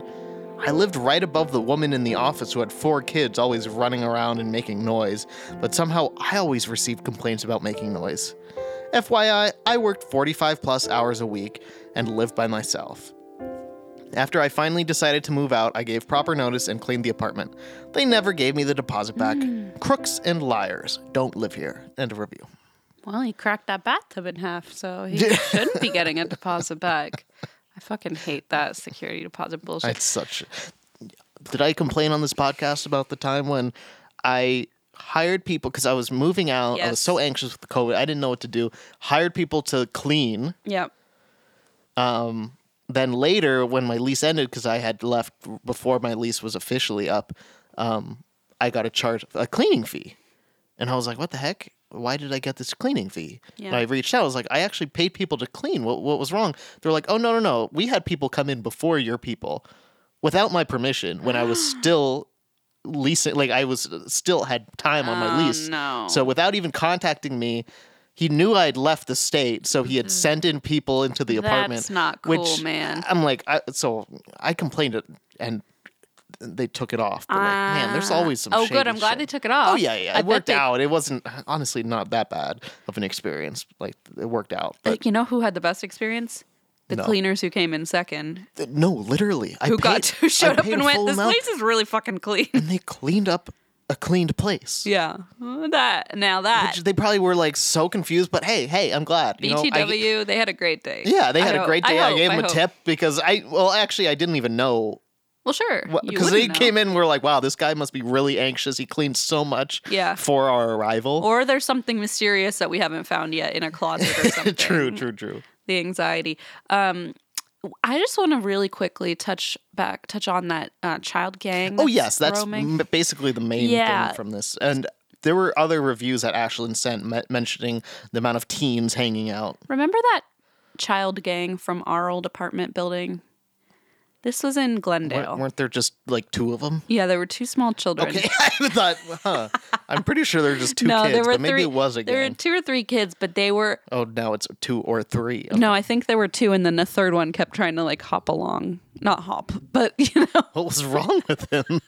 I lived right above the woman in the office who had four kids always running around and making noise, but somehow I always received complaints about making noise. FYI, I worked 45 plus hours a week and lived by myself. After I finally decided to move out, I gave proper notice and cleaned the apartment. They never gave me the deposit back. Crooks and liars don't live here. End of review. Well, he cracked that bathtub in half, so he shouldn't be getting a deposit back. I fucking hate that security deposit bullshit. It's such. Did I complain on this podcast about the time when I hired people because I was moving out? I was Yes. so anxious with COVID. I didn't know what to do. Hired people to clean. yep. Then later, when my lease ended, because I had left before my lease was officially up, um, I got a charge a cleaning fee, and I was like, "What the heck? Why did I get this cleaning fee?" Yeah. And I reached out. I was like, "I actually paid people to clean. What what was wrong?" They're like, "Oh no no no! We had people come in before your people, without my permission, when I was still." leasing like i was uh, still had time on my Oh, lease no. so without even contacting me he knew i'd left the state so Mm-hmm. he had sent in people into the apartment That's not cool, which man. I'm like, I, so I complained it, and they took it off. But like, man, there's always some. Oh, good. shady I'm glad shit. they took it off. Oh yeah, yeah. I It bet worked they- out. It wasn't honestly not that bad of an experience. Like it worked out. But you know who had the best experience? The No. cleaners who came in second, th- no, literally, I who paid, got to, I showed up paid and a went, full "This amount, place is really fucking clean." and they cleaned up a cleaned place. yeah, that now that Which they probably were like so confused, but hey, hey, I'm glad. You know, I- BTW, they had a great day. yeah, they I had a hope- great day. I, hope, gave them a hope. tip because I, well, actually, I didn't even know Well, sure, you because they wouldn't know. came in and were like, wow, this guy must be really anxious. He cleaned so much Yeah. for our arrival. or there's something mysterious that we haven't found yet in a closet or something. true, true, true. the anxiety. Um, I just want to really quickly touch back, touch on that uh, child gang. Oh, yes, that's roaming. m- basically the main Yeah. thing from this. And there were other reviews that Ashlyn sent me- mentioning the amount of teens hanging out. Remember that child gang from our old apartment building? This was in Glendale. Weren't, weren't there just like two of them? yeah, there were two small children. Okay, I thought, huh. I'm pretty sure there were just two no, kids, there were but maybe three. it was a there were gang. two or three kids, but they were Oh, now it's two or three. no. I think there were two, and then the third one kept trying to like hop along, not hop, but you know, What was wrong with him?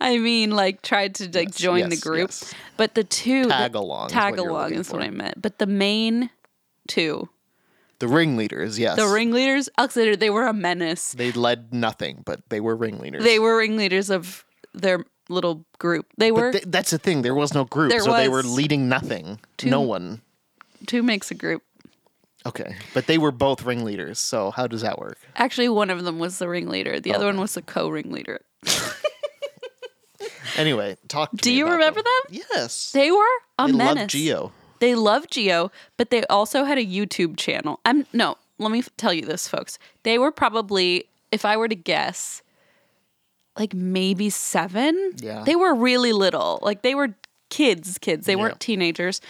I mean, like tried to like join the yes, group. yes. But the two Tag along is what tag you're along looking is what for. I meant. But the main two, The ringleaders, yes. the ringleaders, Alexander, they were a menace. They led nothing, but they were ringleaders. They were ringleaders of their little group. They were But th- that's the thing. There was no group, There so they were was leading nothing. No one. two makes a group. Okay, but they were both ringleaders. So how does that work? Actually, one of them was the ringleader. The other one was the co-ringleader. Anyway, talk. To Do me you about remember Yes. They were a I menace. love Geo. They loved Geo, but they also had a YouTube channel. I'm no, let me f- tell you this, folks. They were probably, if I were to guess, like maybe seven. Yeah. They were really little. Like they were kids, kids. They Yeah. weren't teenagers.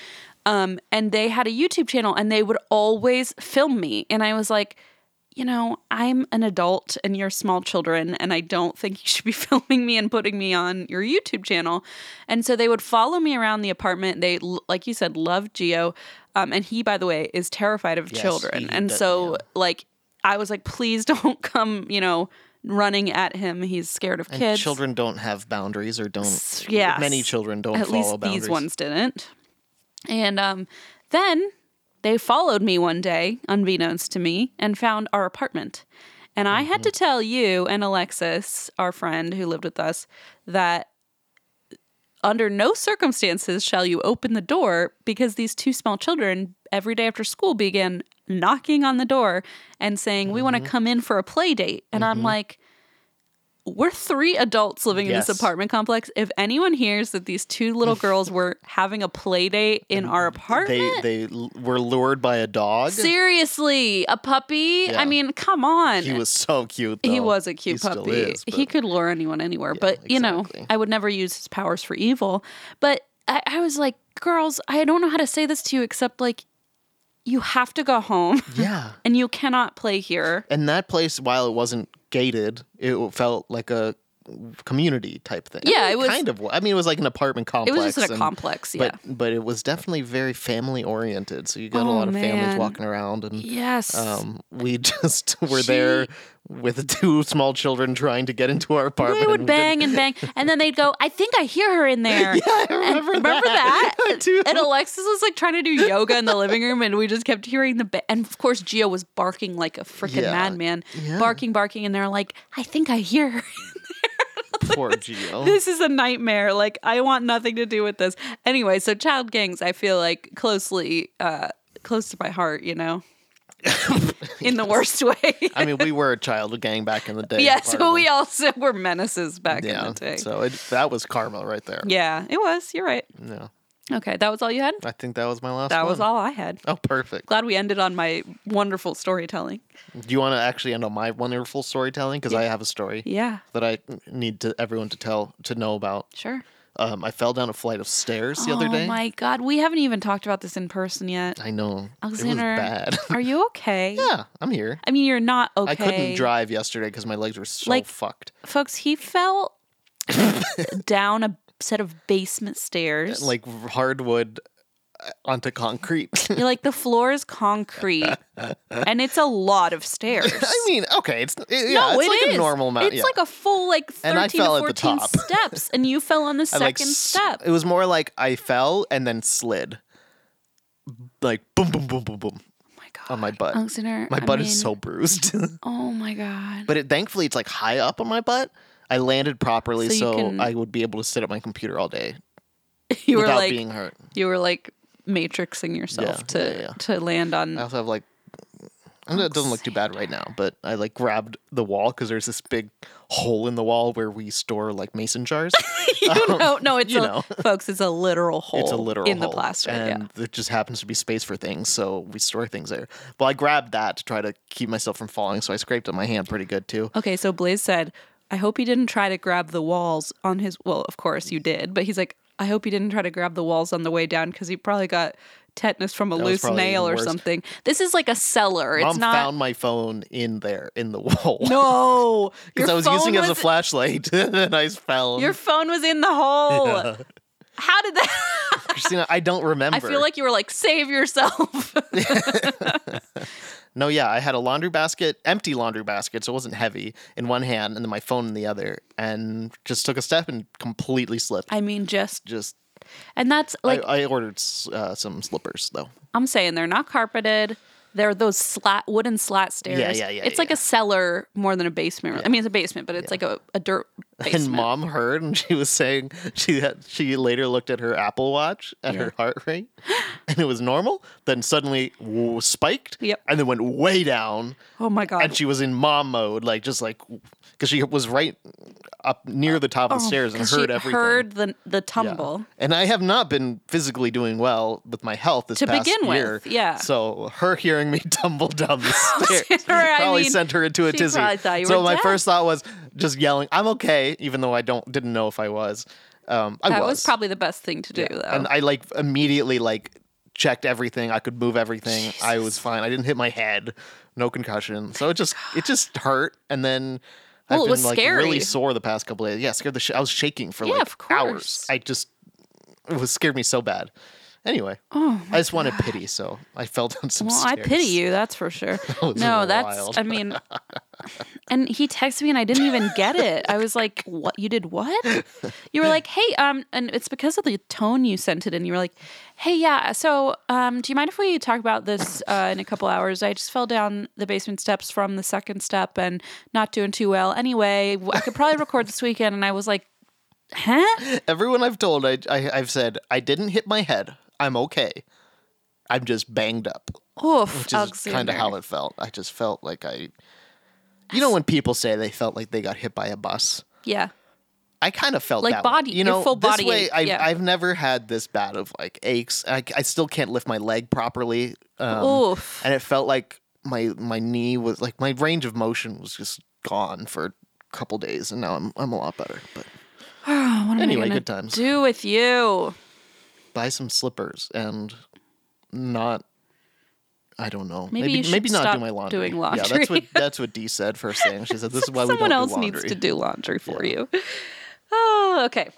Um, and they had a YouTube channel and they would always film me. And I was like, you know, I'm an adult and you're small children, and I don't think you should be filming me and putting me on your YouTube channel. And so they would follow me around the apartment. They, l- like you said, love Geo. Um, and he, by the way, is terrified of Yes, children. he And does- so, yeah. like, I was like, please don't come, you know, running at him. He's scared of And kids. children don't have boundaries, or don't. yes. Many children don't At follow least boundaries. these ones didn't. And um, then they followed me one day, unbeknownst to me, and found our apartment. Mm-hmm. And I had to tell you and Alexis, our friend who lived with us, that Under no circumstances shall you open the door because these two small children every day after school began knocking on the door and saying, We want Mm-hmm. to come in for a play date. And I'm like, We're three adults living in Yes. this apartment complex. If anyone hears that these two little girls were having a play date in our apartment, They they l- were lured by a dog. seriously, a puppy? Yeah. I mean, come on. He was so cute. Though. He was a cute He still puppy. is, he but- could lure anyone anywhere, but you know, exactly. I would never use his powers for evil. But I, I was like, girls, I don't know how to say this to you except like, you have to go home Yeah. and you cannot play here. And that place, while it wasn't gated, it felt like a community type thing. I Yeah, mean, it was- kind of. wa- I mean, it was like an apartment It complex. was just a and- complex, yeah. But but it was definitely very family oriented. So you got a Oh, lot of families man. walking around, and yes. um, we just were there She- with two small children trying to get into our apartment. they would and we didn't- bang and bang, and then they'd go. I think I hear her in there. Yeah, I remember, remember that? I do. And Alexis was like trying to do yoga in the living room, and we just kept hearing the. Ba- and of course, Gio was barking like a freaking Yeah. madman, Yeah. barking, barking, and they're like, "I think I hear her." Poor Gio. this is a nightmare. Like, I want nothing to do with this. Anyway, so child gangs, I feel like closely, uh, close to my heart, you know, in the worst way. I mean, we were a child gang back in the day. yeah, part of so we it. also were menaces back in Yeah, the day. so it, that was karma right there. Yeah, it was. You're right. Yeah. Okay, that was all you had? I think that was my last That one. was all I had. Oh, perfect. Glad we ended on my wonderful storytelling. Do you want to actually end on my wonderful storytelling? Because I have a story Yeah, that I need to everyone to tell to know about. sure. Um, I fell down a flight of stairs the other Oh day. my god, we haven't even talked about this in person yet. I know it was Alexander, bad. are you okay? yeah, I'm here. I mean, you're not okay. I couldn't drive yesterday because my legs were so Like- fucked. Folks, he fell down a set of basement stairs. Like hardwood uh, onto concrete. you're like the floor is concrete and it's a lot of stairs. I mean, okay, it's yeah, no, it's it like a is. normal amount. It's yeah. like a full like 13 And I fell to at the 14 top. steps and you fell on the I, second like, s- step. It was more like I fell and then slid, like boom, boom, boom, boom, boom oh my god. on my butt. Alexander, my I butt mean, is so bruised, Oh my god. but it, thankfully it's like high up on my butt. I landed properly, So so, you can- I would be able to sit at my computer all day you were without like being hurt. you were like matrixing yourself Yeah, to yeah, yeah. to land on I also have like, I know it doesn't look too bad right now, but I like grabbed the wall because there's this big hole in the wall where we store like mason jars. you know no it's you a, know. folks it's a literal hole It's a literal in the hole, plaster and yeah there just happens to be space for things, so we store things there. Well, I grabbed that to try to keep myself from falling, so I scraped up my hand pretty good too. okay so Blaze said I hope he didn't try to grab the walls on his well of course you did but he's like I hope he didn't try to grab the walls on the way down because he probably got tetanus from a was loose probably nail even or worse. something this is like a cellar it's Mom not found my phone in there in the wall no because Your I was using it phone as a was- flashlight, and then I fell. your phone was in the hole how did that Christina, I don't remember. I feel like you were like save yourself no, yeah, I had a laundry basket, empty laundry basket, so it wasn't heavy in one hand, and then my phone in the other, and just took a step and completely slipped. I mean just just and that's like I, I ordered s- uh, some slippers though. I'm saying they're not carpeted. They're those slat wooden slat stairs. Yeah, yeah, yeah, It's yeah, like yeah. a cellar more than a basement. I mean, it's a basement, but it's like a, a dirt basement. And mom heard, and she was saying she had, she later looked at her Apple Watch at her heart rate, and it was normal. Then suddenly woo, spiked, Yep. and then went way down, oh my god! and she was in mom mode, like just like because she was right up near the top of the stairs and Oh, 'Cause heard she everything. Heard the the Yeah. tumble. And I have not been physically doing well with my health this To past begin with, year. yeah. So her hearing me tumble down the stairs Or, I probably mean, sent her into a she tizzy. probably thought you so were my dead. first thought was just yelling, "I'm okay," even though I don't didn't know if I was. Um, I That was. probably the best thing to do, though. and I like immediately like checked everything. I could move everything. I was fine. I didn't hit my head. No concussion. So it just it just hurt. And then Well, it I've been was like scary. really sore the past couple days. Yeah, scared the shit. I was shaking for Yeah, like of course. hours. I just it was scared me so bad. Anyway, I just wanted pity, so I fell down some Oh well, I stairs. pity you. That's for sure. was no, that's. wild. I mean, and he texted me, and I didn't even get it. I was like, "What? You did what?" You were like, "Hey, um," and it's because of the tone you sent it in. You were like, "Hey, yeah. So, um, do you mind if we talk about this uh, in a couple hours? I just fell down the basement steps from the second step, and not doing too well. Anyway, I could probably record this weekend." And I was like, huh? Everyone I've told, I, I, I've said, I didn't hit my head. I'm okay. I'm just banged up, Oof, which is kind of how it felt. I just felt like I. You know when people say they felt like they got hit by a bus? Yeah. I kind of felt Like that body- your way. You know, full this body way ache, I've, yeah. I've never had this bad of like aches. I, I still can't lift my leg properly, um, Oof. and it felt like my my knee was like my range of motion was just gone for a couple days, and now I'm I'm a lot better. But What am I anyway, gonna good times. Do with you. buy some slippers and not. I don't know. Maybe Maybe you should maybe not stop do my laundry. doing Yeah, that's what laundry. that's what Dee said first thing. She said this is why we Someone don't else do laundry. needs to do laundry for you. Oh, okay.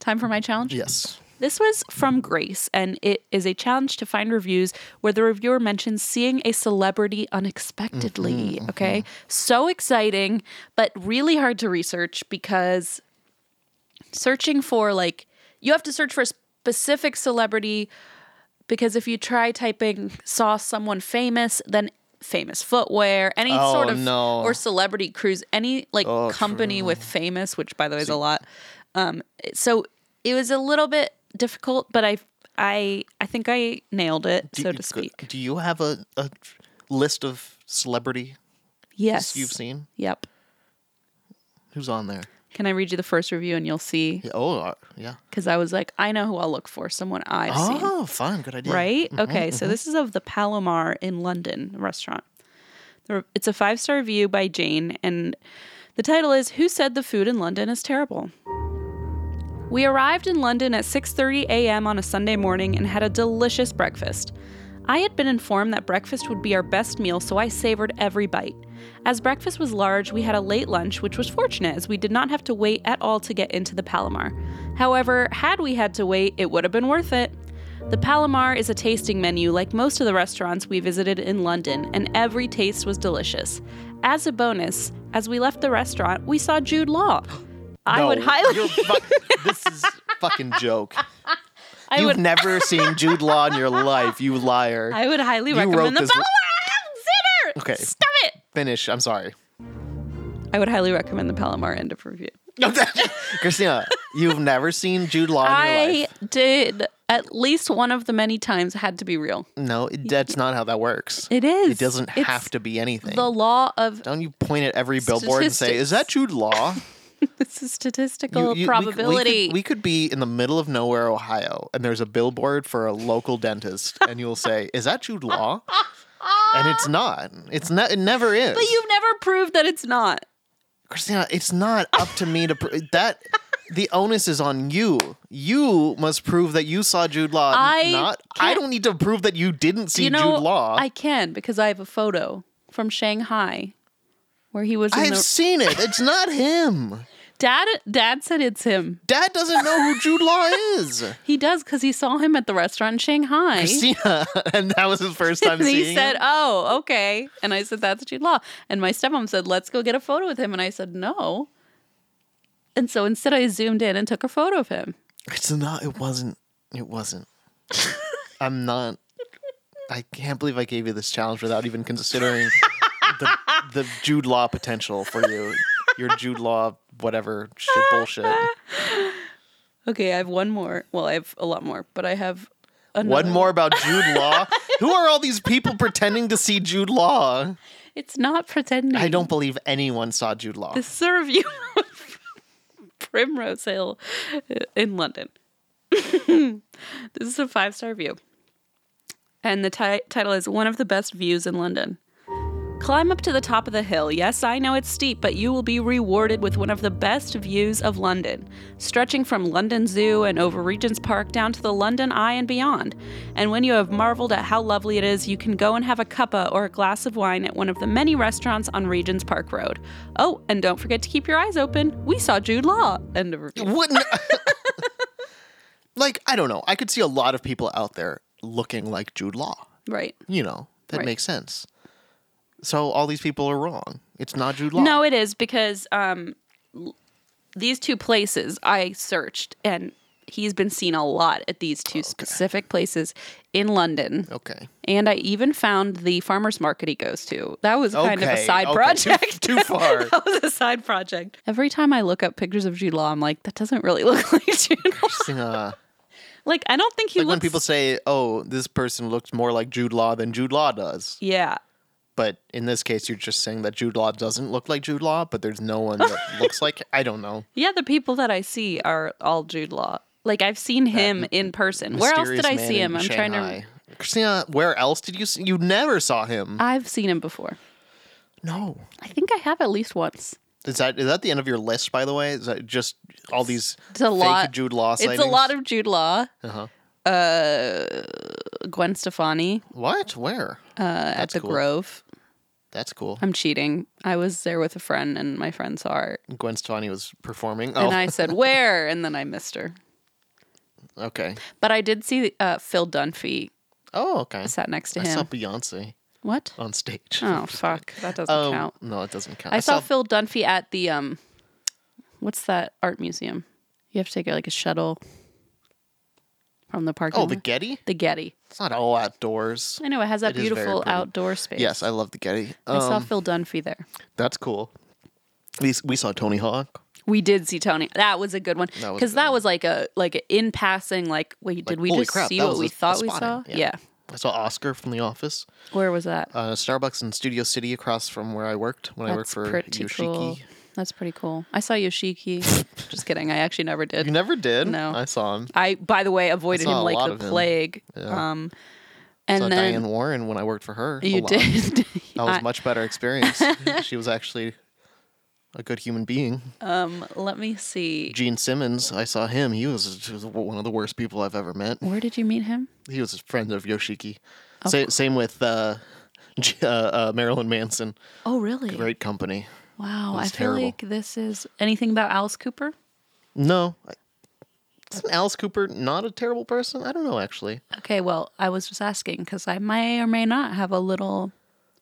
Time for my challenge. Yes. This was from Grace, and it is a challenge to find reviews where the reviewer mentions seeing a celebrity unexpectedly. Mm-hmm, Okay. So exciting, but really hard to research because searching for, like, you have to search for a specific celebrity because if you try typing saw someone famous, then famous footwear, any Oh, sort of no. Oh, or celebrity cruise, any like company with famous, which by the way is a lot. Um, so it was a little bit difficult, but I I I think I nailed it, so to you- go- speak. Do you have a, a list of celebrity yes, you've seen? Yep. Who's on there? Can I read you the first review and you'll see? Yeah, oh, uh, yeah. Because I was like, I know who I'll look for, someone I've seen. Oh, fun. Good idea. right? Okay, so mm-hmm. this is of the Palomar in London restaurant. The- It's a five star review by Jane, and the title is "Who said the food in London is terrible?" We arrived in London at 6:30 a.m. on a Sunday morning and had a delicious breakfast. I had been informed that breakfast would be our best meal, so I savored every bite. As breakfast was large, we had a late lunch, which was fortunate as we did not have to wait at all to get into the Palomar. However, had we had to wait, it would have been worth it. The Palomar is a tasting menu like most of the restaurants we visited in London, and every taste was delicious. As a bonus, as we left the restaurant, we saw Jude Law. I would No, highly you're fu- this is fucking joke. I You've would never seen Jude Law in your life, you liar. I would highly You wrote recommend the this li- Palomar. Zitter! Okay. Stop it. Finish. I'm sorry. I would highly recommend the Palomar end of review. Christina, you've never seen Jude Law in your I life. did at least one of the many times had to be real. No, it- that's not how that works. It is. It doesn't It's have to be anything. The law of Don't you point at every billboard and say, "Is Statistics. that Jude Law?" this is You- statistical you- we c- we could- probability. We could, be in the middle of nowhere, Ohio, and there's a billboard for a local dentist, and you'll say, "Is that Jude Law?" and it's not. It's not. It never is. but you've never proved that it's not. Christina, it's not up to me to pr- that. The onus is on you. You must prove that you saw Jude Law. n- I not. I can't- don't need to prove that you didn't see you know, Jude Law. I can because I have a photo from Shanghai where he was in I've the seen it. It's not him. dad. Dad said it's him. Dad doesn't know who Jude Law is. He does because he saw him at the restaurant in Shanghai. Christina, and that was his first time and seeing. he said, him? "Oh, okay." And I said, "That's Jude Law." And my stepmom said, "Let's go get a photo with him." And I said, "No." And so instead, I zoomed in and took a photo of him. It's not. It wasn't. It wasn't. I'm not. I can't believe I gave you this challenge without even considering the, the Jude Law potential for you. Your Jude Law, whatever shit bullshit. Okay, I have one more. Well, I have a lot more, but I have another. One more about Jude Law. Who are all these people pretending to see Jude Law? It's not pretending. I don't believe anyone saw Jude Law. This is a review of Primrose Hill in London. this is a five star view. And the ti- title is One of the Best Views in London. Climb up to the top of the hill. Yes, I know it's steep, but you will be rewarded with one of the best views of London, stretching from London Zoo and over Regent's Park down to the London Eye and beyond. And when you have marveled at how lovely it is, you can go and have a cuppa or a glass of wine at one of the many restaurants on Regent's Park Road. Oh, and don't forget to keep your eyes open. We saw Jude Law. End of review. wouldn't like i don't know i could see a lot of people out there looking like jude law Right. you know that Right. makes sense so all these people are wrong it's not jude law No, it is because um, l- these two places I searched and He's been seen a lot at these two specific places in London. Okay. And I even found the farmer's market he goes to. That was kind of a Okay, side okay, too- project. too far. that was a side project. Every time I look up pictures of Jude Law, I'm like, that doesn't really look like Jude Law. Uh, Like, I don't think he like when looks. people say, "Oh, this person looks more like Jude Law than Jude Law does," yeah. but in this case, you're just saying that Jude Law doesn't look like Jude Law, but there's no one that looks like. I don't know. Yeah, the people that I see are all Jude Law. Like, I've seen him in person. Where else did Mysterious I man see in him? I'm trying to. Shanghai. Christina, where else did you see? You never saw him. I've seen him before. no. I think I have at least once. Is that is that the end of your list? By the way, is that just all these It's a fake lot. Jude Law sightings? It's a lot of Jude Law. Uh-huh. Gwen Stefani what? Where? uh, at That's the cool. Grove. That's cool. I'm cheating. I was there with a friend, and my friend saw her, Gwen Stefani was performing. Oh, and I said where, and then I missed her. okay. But I did see uh, Phil Dunphy Oh, okay. sat next to I saw him. Beyonce What? on stage. Oh fuck, that doesn't Um, count. No, it doesn't count. I, saw, Phil Dunphy at the um, what's that art museum? You have to take like a shuttle from the parking. Oh, the lot. Getty. the Getty. It's not all outdoors. I know it has that It is very beautiful pretty. outdoor space. Yes, I love the Getty. I Um, saw Phil Dunphy there. that's cool. We, we saw Tony Hawk. We did see Tony. That was a good one That was a because good that, was like a like a in passing. Like, wait, did we holy just crap, see that what was we a- a thought we spotting. saw? Yeah. Yeah. I saw Oscar from The Office. Where was that? Uh, Starbucks in Studio City, across from where I worked when I worked That's for pretty Yoshiki. cool. That's pretty cool. I saw Yoshiki. just kidding. I actually never did. You never did. No. I saw him. I by the way avoided saw him a like lot the of him. plague. Um, and saw then Diane Warren when I worked for her. a you lot. did. That was I- a much better experience. she was actually a good human being. um, let me see. Gene Simmons, I saw him. He was, he was one of the worst people I've ever met. Where did you meet him? He was a friend of Yoshiki. Sa- same with uh, J- uh, uh, Marilyn Manson. Oh, really? Great company. Wow. I was feel terrible. like this is anything about Alice Cooper. No. I- Isn't Alice Cooper not a terrible person? I don't know, actually. Okay, well, I was just asking because I may or may not have a little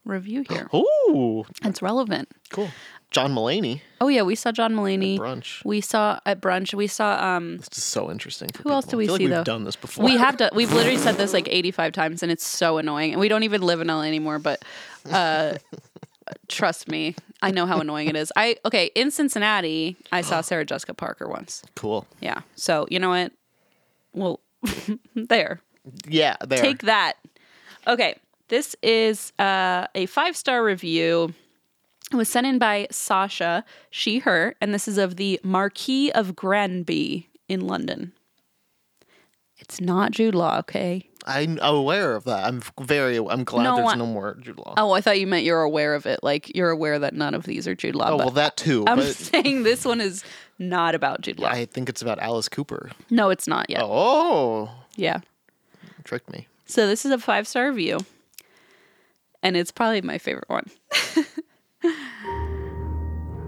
review here. Ooh, It's relevant. cool. John Mulaney. Oh yeah, we saw John Mulaney. brunch. We saw at brunch. We saw um This is so interesting. For Who else people. do we I feel see, like though? We've done this before. we have to we've literally said this like 85 times and it's so annoying. And we don't even live in LA anymore, but uh trust me, I know how annoying it is. I okay, in Cincinnati, I saw Sarah Jessica Parker once. Cool. Yeah. So, you know what? Well, there. Yeah, there. Take that. Okay. This is uh, a five star review. It was sent in by Sasha, she, her, and this is of the Marquis of Granby in London. It's not Jude Law, okay? I'm aware of that. I'm very. I'm glad No, there's I- no more Jude Law. Oh, I thought you meant you're aware of it. Like, you're aware that none of these are Jude Law. Oh but well, that too. I'm but saying this one is not about Jude Law. I think it's about Alice Cooper. no, it's not yet. Oh, Yeah. tricked me. So this is a five star review, and it's probably my favorite one.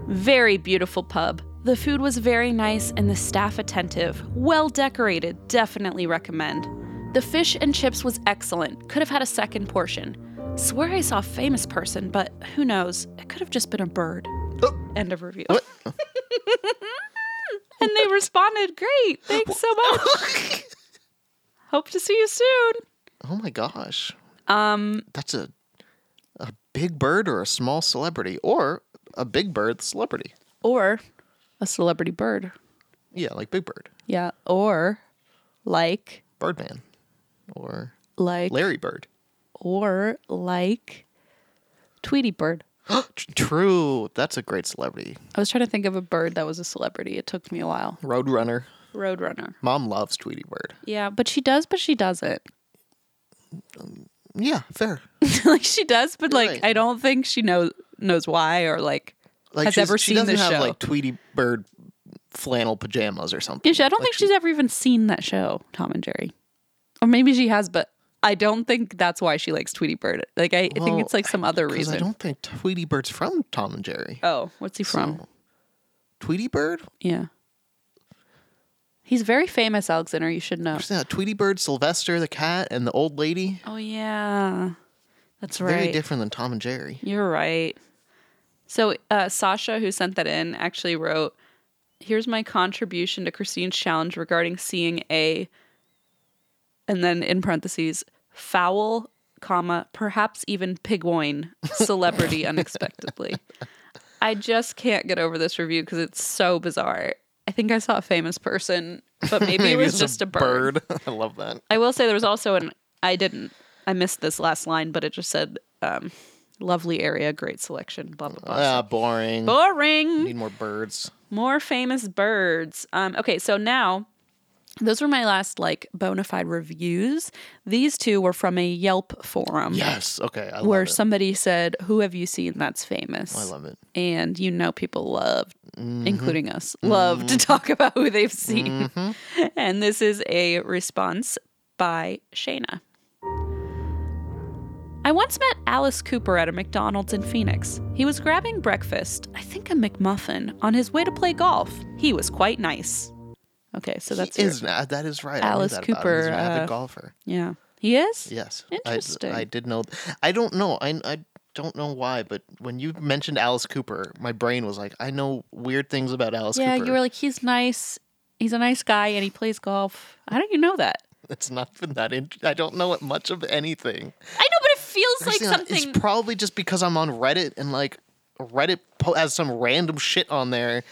very beautiful pub. The food was very nice and the staff attentive. Well decorated, definitely recommend. The fish and chips was excellent. Could have had a second portion. Swear I saw a famous person, but who knows? It could have just been a bird. Oh. End of review. and they responded, "Great. Thanks so much. Hope to see you soon." Oh my gosh, Um, that's a a big bird or a small celebrity or a big bird celebrity. or a celebrity bird. Yeah, like Big Bird, Yeah, or like Birdman, or like Larry Bird. or like Tweety bird. Tr- True, that's a great celebrity. I was trying to think of a bird that was a celebrity. It took me a while. Roadrunner. Roadrunner. Mom loves Tweety Bird. Yeah, but she does, but she doesn't. Yeah, fair. like she does, but like Right. I don't think she knows knows why or like, Like has she's- ever she seen doesn't this have show. like Tweety Bird flannel pajamas or something. Yeah, she- I don't Like, think she's ever even seen that show, Tom and Jerry. Or maybe she has, but I don't think that's why she likes Tweety Bird. Like I, I Well, think it's like some other 'cause reason. I don't think Tweety Bird's from Tom and Jerry. Oh, what's he from? Tweety Bird? Yeah. He's very famous, Alexander. You should know. Who's that? Tweety Bird, Sylvester the cat, and the old lady. Oh, yeah. That's Very right. different than Tom and Jerry. You're right. So, uh, Sasha, who sent that in, actually wrote here's my contribution to Christine's challenge regarding seeing a and then in parentheses foul comma perhaps even pigwine celebrity unexpectedly. I just can't get over this review because it's so bizarre. I think I saw a famous person, but maybe, it was it's just a bird. I love that. I will say there was also an I didn't I missed this last line, but it just said um, lovely area, great selection, blah blah blah. Ah, boring. Boring. Need more birds. More famous birds. Um, okay, so now those were my last like bona fide reviews. These two were from a Yelp forum Yes. Okay. I where love it. Oh, somebody said, "Who have you seen that's famous?" I love it. and you know people love Mm-hmm. including us love to talk about who they've seen Mm-hmm. and this is a response by shayna i once met alice cooper at a mcdonald's in phoenix he was grabbing breakfast i think a mcmuffin on his way to play golf he was quite nice okay so that's He your- is uh, that is right. Alice I knew that about him. He's Cooper, an avid uh, golfer. yeah he is Yes. Interesting. I, I did know. I don't know. I I don't know why, but when you mentioned Alice Cooper, my brain was like, I know weird things about Alice yeah Cooper. you were like he's nice he's a nice guy and he plays golf how do you know that it's not been that. In- I don't know it much of anything. i know but it feels like Christina, something It's probably just because I'm on Reddit and like Reddit po- has some random shit on there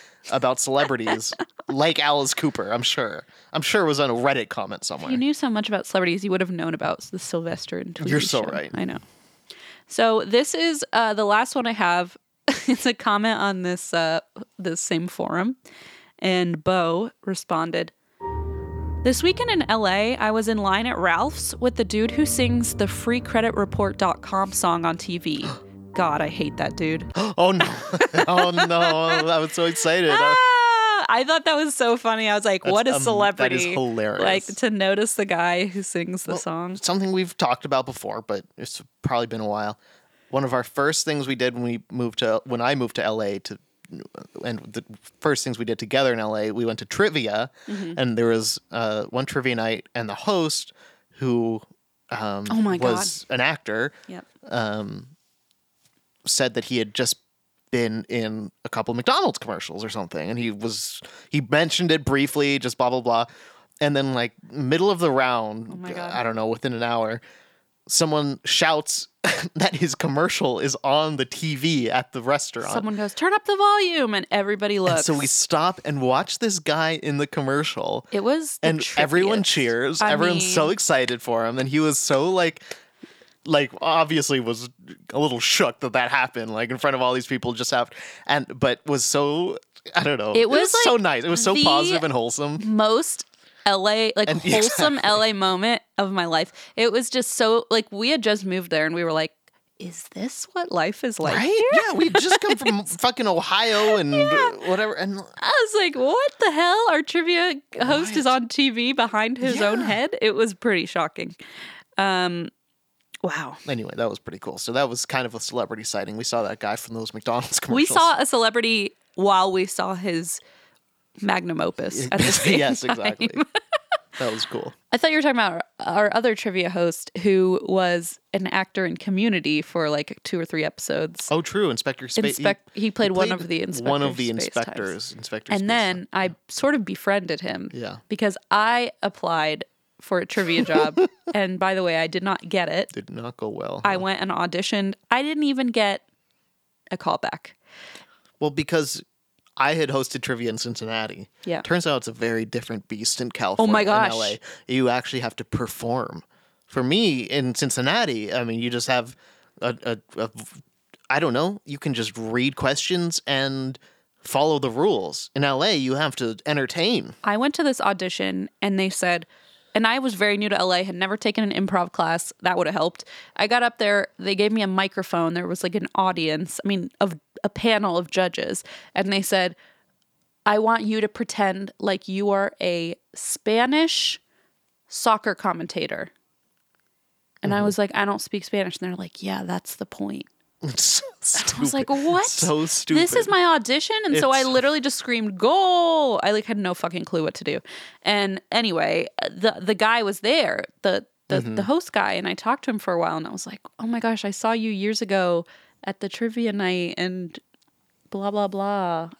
about celebrities, like Alice Cooper. I'm sure. I'm sure it was on a Reddit comment somewhere. you knew so much about celebrities, you would have known about the Sylvester and You're so right. I know. So this is uh, the last one I have. it's a comment on this uh, this same forum, and Bo responded. This weekend in LA, I was in line at Ralph's with the dude who sings the freecreditreport.com song on TV. God, I hate that dude. oh no! oh no! I was so excited. I- Ah, I thought that was so funny. I was like, what a um, that is celebrity. hilarious. Like to notice the guy who sings the song. something we've talked about before, but it's probably been a while. One of our first things we did when we moved to when I moved to LA to and the first things we did together in LA, we went to trivia, Mm-hmm. and there was uh, one trivia night, and the host who um, Oh my was an actor Yep. said that he had just been in a couple McDonald's commercials or something, and he was he mentioned it briefly, just blah blah blah, and then like middle of the round, Oh my God. I don't know, within an hour, someone shouts that his commercial is on the TV at the restaurant. Someone goes, turn up the volume, and everybody looks. and so we stop and watch this guy in the commercial, it was the and everyone trippiest. cheers. I Everyone's so mean, excited for him, and he was so like, like obviously was a little shook that that happened, like in front of all these people just after, and but was so I don't know. It was, so like, nice. It was so the- positive and wholesome. most LA, like And- wholesome LA moment of my life. It was just so like we had just moved there, and we were like, is this what life is like? Right? Yeah, we just come from fucking Ohio and whatever, and I was like, what the hell? Our trivia host is Right. on TV behind his own Yeah. head. It was pretty shocking. Um, wow. anyway, that was pretty cool. So that was kind of a celebrity sighting. We saw that guy from those McDonald's We commercials. saw a celebrity while we saw his magnum opus at the same yes, time. exactly. that was cool. I thought you were talking about our, our other trivia host who was an actor in Community for like two or three episodes. Oh, true. Inspector Space. Inspect- he played one of the One Inspector of the Space inspectors. Inspector Space and then I sort of befriended him. Yeah. Because I applied for a trivia job. and by the way, I did not get it. did not go well. I went and auditioned. I didn't even get a callback. well, because I had hosted trivia in Cincinnati. Yeah. Oh Turns out it's a very different beast in California. my and gosh. LA. You actually have to perform. For me in Cincinnati, I mean, you just have a, a, a I don't know. You can just read questions and follow the rules. In LA, you have to entertain. I went to this audition and they said, and I was very new to LA, had never taken an improv class. That would have helped. I got up there, they gave me a microphone. There was like an audience, I mean, of a panel of judges. And they said, I want you to pretend like you are a Spanish soccer commentator. And I was like, I don't speak Spanish. And they're like, yeah, that's the point. It's I was like, what? So stupid. This is my audition. And so I It's- literally just screamed, goal. I like had no fucking clue what to do. And anyway, the the guy was there, the the, Mm-hmm. the host guy, and I talked to him for a while and I was like, Oh my gosh, I saw you years ago at the trivia night and blah blah blah.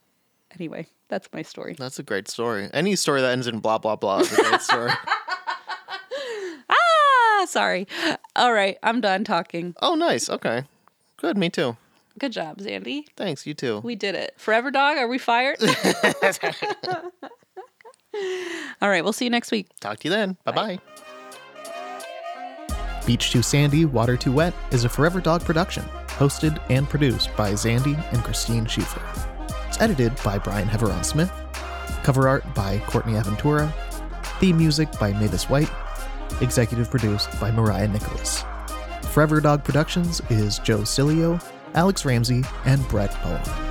Anyway. That's my story. That's a great story. Any story that ends in blah blah blah is a great story. Ah, sorry. All right, I'm done talking. oh, nice. Okay, good. Me too. Good job, Zandy. Thanks. You too. We did it. Forever dog, are we fired? All right, we'll see you next week. Talk to you then. Bye bye. Beach Too Sandy, Water Too Wet is a Forever Dog production, hosted and produced by Zandy and Christine Schieffer. It's edited by Brian Heveron Smith, cover art by Courtney Aventura, theme music by Mavis White, executive produced by Mariah Nicholas. Forever Dog Productions is Joe Cilio, Alex Ramsey, and Brett Bowen.